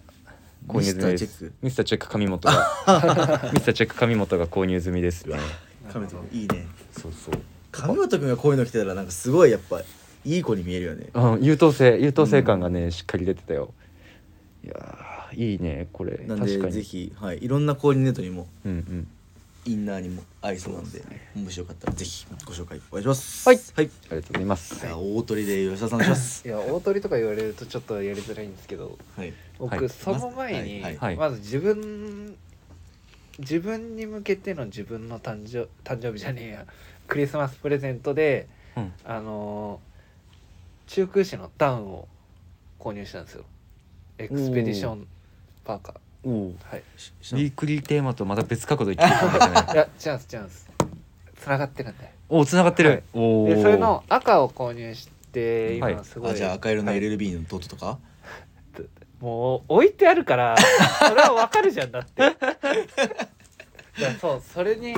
Speaker 1: 購入済みで
Speaker 3: ミスターチェッ
Speaker 1: すミスターチェック神本が ミスターチェック神本が購入済みですね
Speaker 3: 亀本君いいね
Speaker 1: そうそう
Speaker 3: 神本君がこういうの着てたらなんかすごいやっぱいい子に見えるよね
Speaker 1: あ優等生優等生感がね、しっかり出てたよいやーいいねこれ
Speaker 3: なんで
Speaker 1: 確かに
Speaker 3: ぜひ、はい、いろんなコーディネートにも
Speaker 1: うんうん
Speaker 3: インナーにも合いそうなんでもしよかったらぜひご紹介お願いします
Speaker 1: はい
Speaker 3: はい
Speaker 1: ありがとうございます、
Speaker 3: じゃあ大鳥で吉田さんお願いします
Speaker 2: いや大鳥とか言われるとちょっとやりづらいんですけど
Speaker 3: はい
Speaker 1: は
Speaker 2: 僕
Speaker 1: い
Speaker 2: その前に
Speaker 3: はい
Speaker 1: はい
Speaker 2: まず自分自分に向けての自分の誕生誕生日じゃねえやクリスマスプレゼントで
Speaker 1: うん
Speaker 2: あのー中空市のダウンを購入したんですよエクスペディションパーカ
Speaker 1: おお
Speaker 2: ーはい
Speaker 3: しし
Speaker 1: ウィークリーテーマとまた別角度で聞いてみたくない
Speaker 2: いやチャンスチャンスつながってるんで
Speaker 1: おお繋がってる、
Speaker 2: はい
Speaker 1: おお
Speaker 2: でそれの赤を購入して
Speaker 1: は
Speaker 2: 今
Speaker 1: い
Speaker 2: すごい、
Speaker 3: あじゃあ赤色の
Speaker 2: はい
Speaker 3: LLB のトットとか、
Speaker 2: もう置いてあるからそれはわかるじゃんだっていやそうそれに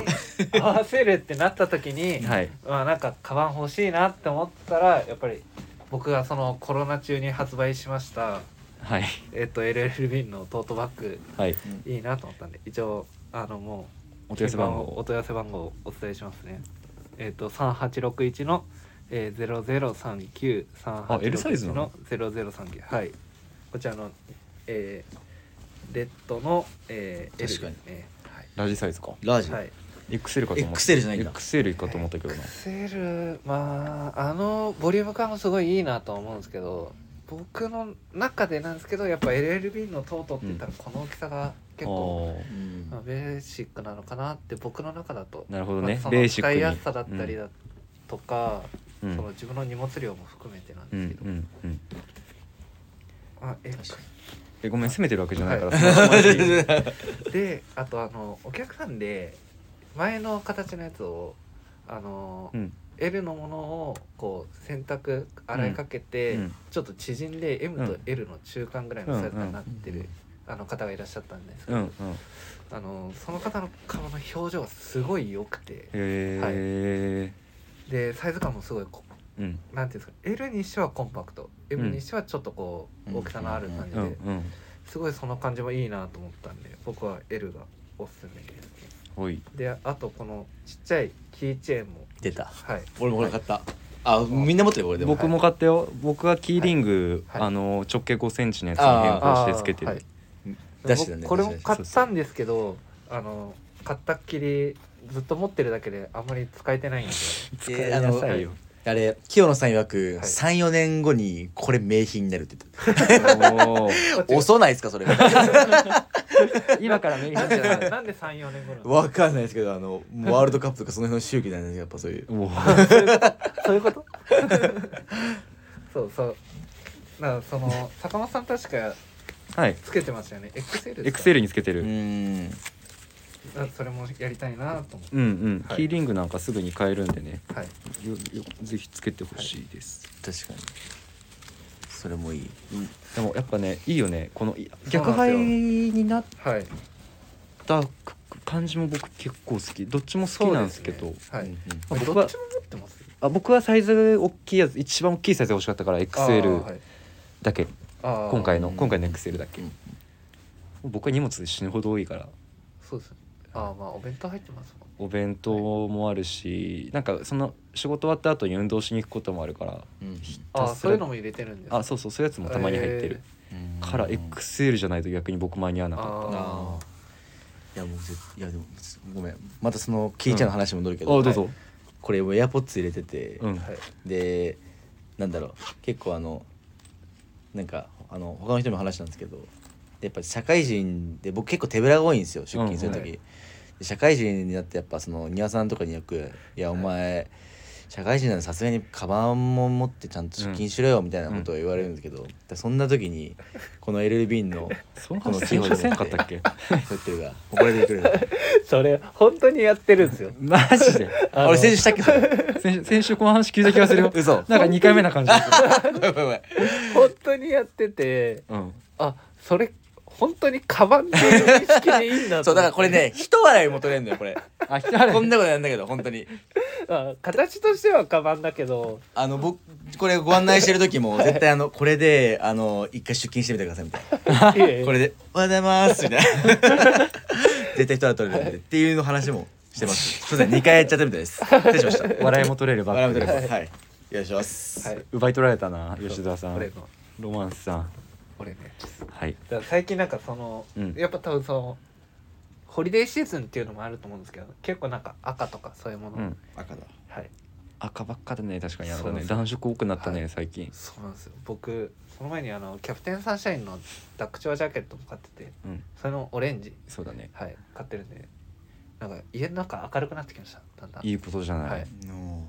Speaker 2: 合わせるってなった時に、
Speaker 1: はい
Speaker 2: まあなんかカバン欲しいなって思ったらやっぱり僕がそのコロナ中に発売しました、
Speaker 1: はい
Speaker 2: えっと LLB のトートバッグ
Speaker 1: はい
Speaker 2: いいなと思ったんで一応あのもう
Speaker 1: お問い合わせ番号
Speaker 2: 品番お問い合わせ番号をお伝えしますねえっ、と3861の、えー、
Speaker 1: あ L サイズ
Speaker 2: 00393861
Speaker 1: な
Speaker 2: の
Speaker 1: の
Speaker 2: 0039はいこちらのえー、レッドの、えー、L
Speaker 3: 確かに
Speaker 2: ですねはい
Speaker 1: ラジサイズか
Speaker 3: ラージ、
Speaker 2: はい
Speaker 1: XL かと思った
Speaker 3: XL じゃないんだ
Speaker 1: XL かと思ったけどな
Speaker 2: XL まああのボリューム感もすごいいいなと思うんですけど僕の中でなんですけどやっぱ LLB のトートって言ったらこの大きさが結構、
Speaker 1: あー
Speaker 3: うん
Speaker 2: まあ、ベーシックなのかなって僕の中だと
Speaker 1: なるほど
Speaker 2: ま
Speaker 1: ね
Speaker 2: あ、その
Speaker 1: ベーシック
Speaker 2: 使
Speaker 1: に
Speaker 2: いやすさだったりだとか、
Speaker 1: うん
Speaker 2: その自分の荷物量も含めてなん
Speaker 1: う
Speaker 2: です
Speaker 1: ん
Speaker 2: けど、
Speaker 1: うんうん
Speaker 2: あえ
Speaker 3: 確か
Speaker 1: えごめん責めてるわけじゃないから、
Speaker 2: は
Speaker 1: その話で
Speaker 2: であとあのお客さんで前の形のやつをあの、
Speaker 1: うん
Speaker 2: L のものをこう洗濯洗いかけ て、
Speaker 1: うん
Speaker 2: ちょっと縮んで M
Speaker 1: う
Speaker 2: と
Speaker 1: ん
Speaker 2: L の中間ぐらいのサイズになってる、
Speaker 3: うんうん
Speaker 2: あの方がいらっしゃったんですけ
Speaker 1: う
Speaker 2: ど、
Speaker 1: んうんへ
Speaker 2: あのその方の顔の表情がすごい良くて
Speaker 1: え、
Speaker 2: でサイズ感もすごいこ
Speaker 1: うん
Speaker 2: なんていうんですか L にしてはコンパクト M にしてはちょっとこう、
Speaker 3: うん
Speaker 2: 大きさのある感じで、
Speaker 1: うんうん
Speaker 2: すごいその感じもいいなと思ったんで僕は L がおすすめですね
Speaker 1: ほい
Speaker 2: であとこのちっちゃいキーチェーンも
Speaker 3: 出た
Speaker 2: はい
Speaker 3: 俺もこれ買った、あみんな持ってるよこれでも
Speaker 1: 僕も買ったよ僕はキーリング、
Speaker 2: はいはい
Speaker 1: あの直径5センチのやつに変更してつけてる、
Speaker 2: あーはい
Speaker 3: 出してたね
Speaker 2: 僕これも
Speaker 3: 出して
Speaker 1: た
Speaker 2: 買ったんですけどあの買ったっきりずっと持ってるだけであんまり使えてないんですよ
Speaker 1: 使いなさいよ、
Speaker 3: あれ清野さん曰く、
Speaker 2: はい
Speaker 3: 34年後にこれ名品になるって言って
Speaker 1: おー
Speaker 3: た 遅ないですかそ れわ
Speaker 1: 今からメリ
Speaker 2: な
Speaker 1: ハ
Speaker 2: ん
Speaker 1: リじゃな
Speaker 2: で
Speaker 1: い
Speaker 2: なんで34年後なんですか
Speaker 3: かんないですけどあのワールドカップとかその辺の周期なんですよやっぱそういう
Speaker 1: おー
Speaker 2: そういうこと そうそうなその坂本さん確か
Speaker 1: はい
Speaker 2: つけてましたよね XL ですか
Speaker 1: XL につけて
Speaker 3: う
Speaker 1: る、
Speaker 3: ーん
Speaker 2: あそれもやりたいなと思って
Speaker 1: うんうん、
Speaker 2: はい
Speaker 1: キーリングなんかすぐに買えるんでね
Speaker 2: はい
Speaker 1: よよぜひつけてほしいです、
Speaker 3: 確かにそれもいい
Speaker 1: でもやっぱねいいよねこのい
Speaker 2: そう
Speaker 1: 逆
Speaker 2: なん
Speaker 1: 配
Speaker 2: で
Speaker 1: になっ
Speaker 2: はい
Speaker 1: た感じも僕結構好きどっちも好きなんですけど
Speaker 2: そうですねはい、
Speaker 3: うんうん
Speaker 1: まあ僕
Speaker 2: ど
Speaker 1: は
Speaker 2: っちも持ってます
Speaker 1: あ僕はサイズ大きいやつ一番大きいサイズが欲しかったから
Speaker 2: あーは
Speaker 1: XL
Speaker 2: い
Speaker 1: だけ、
Speaker 2: あー
Speaker 1: 今回の
Speaker 3: うん
Speaker 1: 今回の XL だけ、
Speaker 3: うん
Speaker 1: 僕は荷物死ぬほど多いから
Speaker 2: そうですねああまあお弁当入ってますもん
Speaker 1: お弁当もあるし、なんかその仕事終わった後に運動しに行くこともあるから
Speaker 3: う
Speaker 2: あ
Speaker 3: ん
Speaker 2: あ
Speaker 1: ひたすら
Speaker 2: そういうのも入れてるんです
Speaker 1: あそうそうそういうやつもたまに入ってる、
Speaker 3: うん
Speaker 1: から XL じゃないと逆に僕間に合わなかった
Speaker 2: あ
Speaker 3: あーいやもうぜいやでもごめんまたそのキーちゃんの話戻るけど、
Speaker 1: あどうぞ、
Speaker 3: これもエアポッツ入れてて、
Speaker 1: うん
Speaker 2: あはい
Speaker 3: でなんだろう結構あのなんかあの他の人にも話したんですけどでやっぱり社会人で僕結構手ぶらが多いんですよ出勤する時、
Speaker 2: うんはい
Speaker 3: で社会人になってやっぱその庭さんとかによく「いやお前、社会人なのさすがにカバンも持ってちゃんと出勤しろよ」みたいなことを言われるんですけど、でそんな時にこの LLB の
Speaker 1: その
Speaker 3: この
Speaker 1: 話先週せんかったっけ
Speaker 3: そうやってるがこれでいくれる
Speaker 2: それ本当にやってるん ですよ
Speaker 1: マジで
Speaker 2: あの
Speaker 3: 俺先週したっけそれ
Speaker 1: 先週先週この話聞いた気がするよ
Speaker 3: 嘘
Speaker 1: なんか2回目な感じがする
Speaker 3: ごめんごめん
Speaker 2: 本当にやってて
Speaker 1: うん
Speaker 2: あそれ本当にカバンっていう意識でいいんだと
Speaker 3: そうだからこれね一笑い求めんだよこれ
Speaker 1: あ人あ
Speaker 3: こんなことやんだけど本当に
Speaker 2: あ形としてはカバンだけど
Speaker 3: あの僕これご案内してる時も絶対あのこれであの一回出勤してみてくださいみたいな こ
Speaker 2: こ
Speaker 3: れで「おはようございます」みたいな 絶対人は取れるんでっていうの話もしてますすいません2回やっちゃったみたいです失礼しました
Speaker 1: 笑いも取れるば
Speaker 3: 笑
Speaker 1: っ
Speaker 3: いも
Speaker 1: か
Speaker 3: 取
Speaker 1: り
Speaker 3: れるはいよろしくお願いします、
Speaker 2: はい
Speaker 1: 奪い取られたな吉田さ
Speaker 2: これ
Speaker 1: ん
Speaker 2: の
Speaker 1: ロマンスさん
Speaker 2: これね
Speaker 1: はい
Speaker 2: だから最近なんかその、
Speaker 1: うん
Speaker 2: やっぱ多分そのホリデーシーズンっていうのもあると思うんですけど結構なんか赤とかそういうもの、
Speaker 1: うん
Speaker 3: 赤だ
Speaker 2: はい
Speaker 1: 赤ばっかだね確かにあなた
Speaker 2: そう
Speaker 1: ね
Speaker 2: そう
Speaker 1: 暖色多くなった
Speaker 2: は
Speaker 1: ね
Speaker 2: い
Speaker 1: 最近
Speaker 2: そうなんですよ僕その前にあのキャプテンサンシャインのダックチョアジャケットも買ってて
Speaker 1: うん
Speaker 2: それのオレンジ
Speaker 1: そうだね
Speaker 2: はい買ってるんでなんか家の中明るくなってきましただんだん
Speaker 1: いいことじゃな
Speaker 2: はいい
Speaker 3: の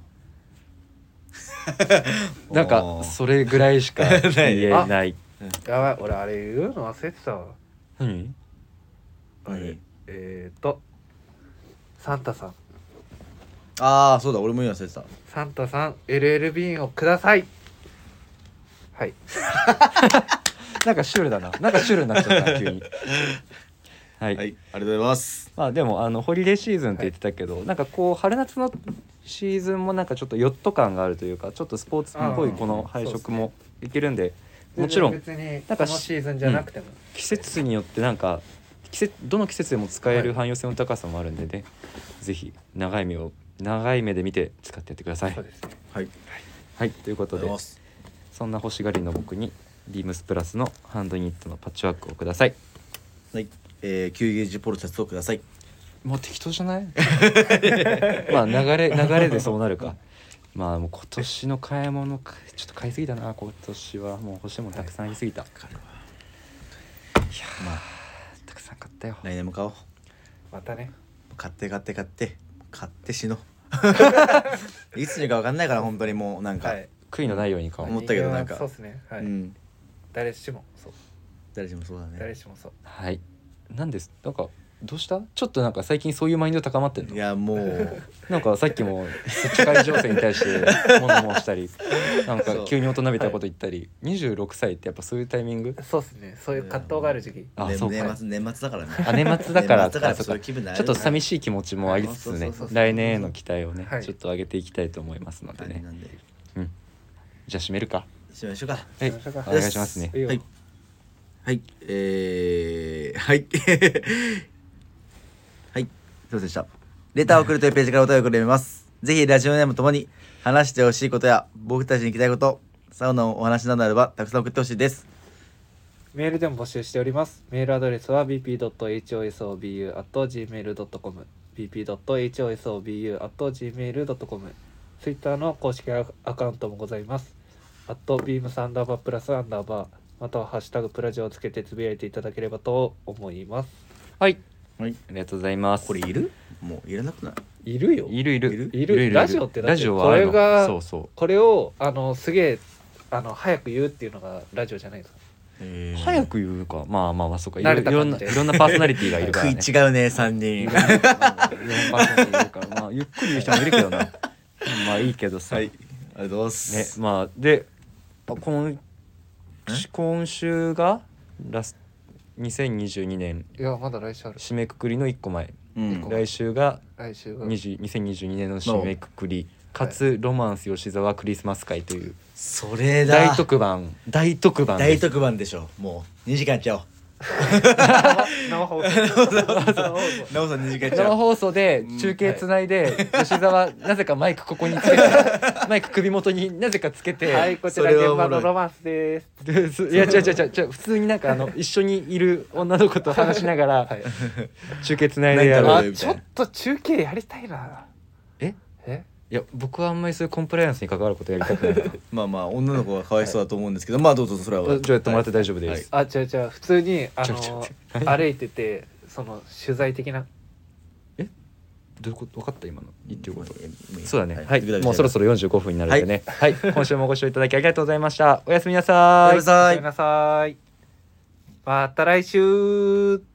Speaker 1: なんかそれぐらい しか言えない
Speaker 2: やばい俺あれ言うの忘れてたわ
Speaker 1: 何
Speaker 2: あれ
Speaker 3: 何
Speaker 2: えっ、ー、とサンタさん
Speaker 3: ああそうだ俺も今忘れてた
Speaker 2: サンタさん LL ビーンをくださいはい
Speaker 1: なんかシュールだななんかシュールになっちゃ った急にはい、
Speaker 3: はい、ありがとうございます。
Speaker 1: まあでもあのホリデーシーズンって言ってたけど、なんかこう春夏のシーズンもなんかちょっとヨット感があるというかちょっとスポーツっぽいこの配色もいけるんでもちろん
Speaker 2: 別に
Speaker 1: なん
Speaker 2: こ
Speaker 1: か
Speaker 2: の
Speaker 1: し
Speaker 2: シーズンじゃなくても、
Speaker 1: 季節によってなんか季節どの季節でも使える汎用性の高さもあるんでね、ぜひ長い目を長い目で見て使ってやってください
Speaker 2: そう。ですね
Speaker 3: はい、
Speaker 1: はいというこ
Speaker 3: ありが
Speaker 1: と
Speaker 3: とうござ
Speaker 1: で
Speaker 3: います。
Speaker 1: そんな欲しがりの僕にビームスプラスのハンドニットのパッチワークをください。
Speaker 3: はい、えー、9ゲージポロシャツをください。
Speaker 1: もう適当じゃない まあ流れ流れでそうなるかまあもう今年の買い物かちょっと買いすぎたな今年はもう欲しいものたくさんありすぎた、
Speaker 3: まあ、
Speaker 1: たくさん買ったよ
Speaker 3: 来年も買おう。
Speaker 2: またね
Speaker 3: 買って買って買って、買って死の う。いつにかわかんないから、本当にもう、なんか、
Speaker 2: はい
Speaker 1: 悔いのないように買おう、
Speaker 3: 思ったけどなんか
Speaker 2: 人間はそうですねはい、
Speaker 3: うん、
Speaker 2: 誰しもそう
Speaker 3: 誰しもそうだね
Speaker 2: 誰。しもそう
Speaker 1: はいなんですなんかどうしたちょっとなんか最近そういうマインド高まってん
Speaker 3: い
Speaker 1: の
Speaker 3: や、もう、
Speaker 1: なんかさっきも世界情勢に対して物申したりなん か
Speaker 3: そう
Speaker 1: 急に大人びたこと言ったり、26歳ってやっぱそういうタイミング
Speaker 2: そうですねそういう葛藤がある時期
Speaker 1: あ
Speaker 3: ね
Speaker 1: そうか
Speaker 3: 年末、年末だからね。
Speaker 1: あ年末だからあ
Speaker 3: 年末だから、
Speaker 1: そうか
Speaker 3: そういう気分になれ
Speaker 1: ちょっ
Speaker 3: る
Speaker 1: と寂しい気持ちもありつつね
Speaker 3: はいそうそうそうそう
Speaker 1: 来年への期待をね、
Speaker 2: はい
Speaker 1: ちょっと上げていきたいと思いますので
Speaker 3: 感
Speaker 1: ね
Speaker 3: じ、なんで。
Speaker 1: じゃあ締めるか
Speaker 3: しましょうか。
Speaker 1: はい
Speaker 2: しましょうか
Speaker 1: お願いしますね
Speaker 2: いいよ
Speaker 3: はい。はい、えー、はい。 はい、すいませんでした。レターを送るというページからお便りをくれます。ぜひラジオネームともに話してほしいことや僕たちに聞きたいこと、サウナのお話などあればたくさん送ってほしいです。
Speaker 2: メールでも募集しております。メールアドレスは bp.hosobu.gmail.com bp.hosobu.gmail.com ツイッターの公式アカウントもございます。アットビームサンダーバープラスアンダーバーまたはハッシュタグプラジオをつけてつぶやいていただければと思います。
Speaker 1: はい
Speaker 3: はい。
Speaker 1: ありがとうございます
Speaker 3: これいるもういらなくない
Speaker 2: いるよ。
Speaker 1: いるいる
Speaker 3: いる
Speaker 2: いるラジオってだって
Speaker 1: ラジオはあるの
Speaker 2: これが
Speaker 1: そうそ
Speaker 2: これをあのすげえあの早く言うっていうのがラジオじゃないですか。
Speaker 1: う早く言うかまあまあまあそうかいろ
Speaker 2: 慣
Speaker 1: い
Speaker 2: れた
Speaker 1: ろん
Speaker 2: 感
Speaker 1: な
Speaker 2: じで
Speaker 1: いろんなパーソナリティがいるか
Speaker 3: 食
Speaker 1: ら
Speaker 3: い
Speaker 1: ね
Speaker 3: 違うね、3
Speaker 1: い
Speaker 3: 人
Speaker 1: ろん。なパーソナリティがいるからまあゆっくり言う人もいるけどなまあいいけどさ、
Speaker 3: はい。あ
Speaker 1: ね
Speaker 3: りがとうございます。
Speaker 1: まあであ今今週がラス2022年
Speaker 2: いやまだ来週ある。
Speaker 1: 締めくくりの一個前
Speaker 3: うん。
Speaker 1: 来週が
Speaker 2: 来週は。
Speaker 1: 20 2022年の締めくくりかつロマンス吉沢クリスマス会という
Speaker 3: それだ。
Speaker 1: 大特番大特番で
Speaker 3: 大
Speaker 1: す
Speaker 3: 特番でしょ。もう2時間ちゃおう。
Speaker 2: 生 放送。生放送
Speaker 3: なおさん2時間ちゃ
Speaker 1: 生
Speaker 3: おう。
Speaker 1: 放送で中継つないで吉沢なぜかマイクここにつけてマイク首元になぜかつけて、
Speaker 2: はい、こちら
Speaker 3: それは
Speaker 2: 現
Speaker 3: おもろい
Speaker 2: 場のロマンスです。
Speaker 1: ですいや違う違う違う違う普通になん かあの一緒にいる女の子と話しながら
Speaker 2: はい。
Speaker 1: 中継つないでや
Speaker 3: な
Speaker 1: るい
Speaker 3: んだろう
Speaker 2: あ、ちょっと中継やりたいな。
Speaker 1: え
Speaker 2: え、
Speaker 1: や僕はあんまりそういうコンプライアンスに 関わることやりたくないな
Speaker 3: まあまあ、女の子がかわいそうだと思うんですけど、まあどうぞそれは。
Speaker 1: じゃあやってもらって大丈夫です、
Speaker 3: はい
Speaker 2: あ、違う違う、普通に、あ
Speaker 1: ちょ
Speaker 2: の、歩いてて、その取材的な。
Speaker 1: どういうこと分かった今の言ってることそ
Speaker 3: そうう
Speaker 1: だね
Speaker 3: だね。
Speaker 1: はい、
Speaker 3: はい。
Speaker 1: も
Speaker 3: も
Speaker 1: う
Speaker 3: う
Speaker 1: そ
Speaker 3: そ
Speaker 1: ろ
Speaker 3: ろ
Speaker 1: そ
Speaker 3: そ
Speaker 1: ろ45分になるんでねはい、今週もご視聴いただきありがとうございましたおやすみなさ
Speaker 3: ろ。
Speaker 1: ーい
Speaker 3: さ
Speaker 2: ごめんなさい。また来週。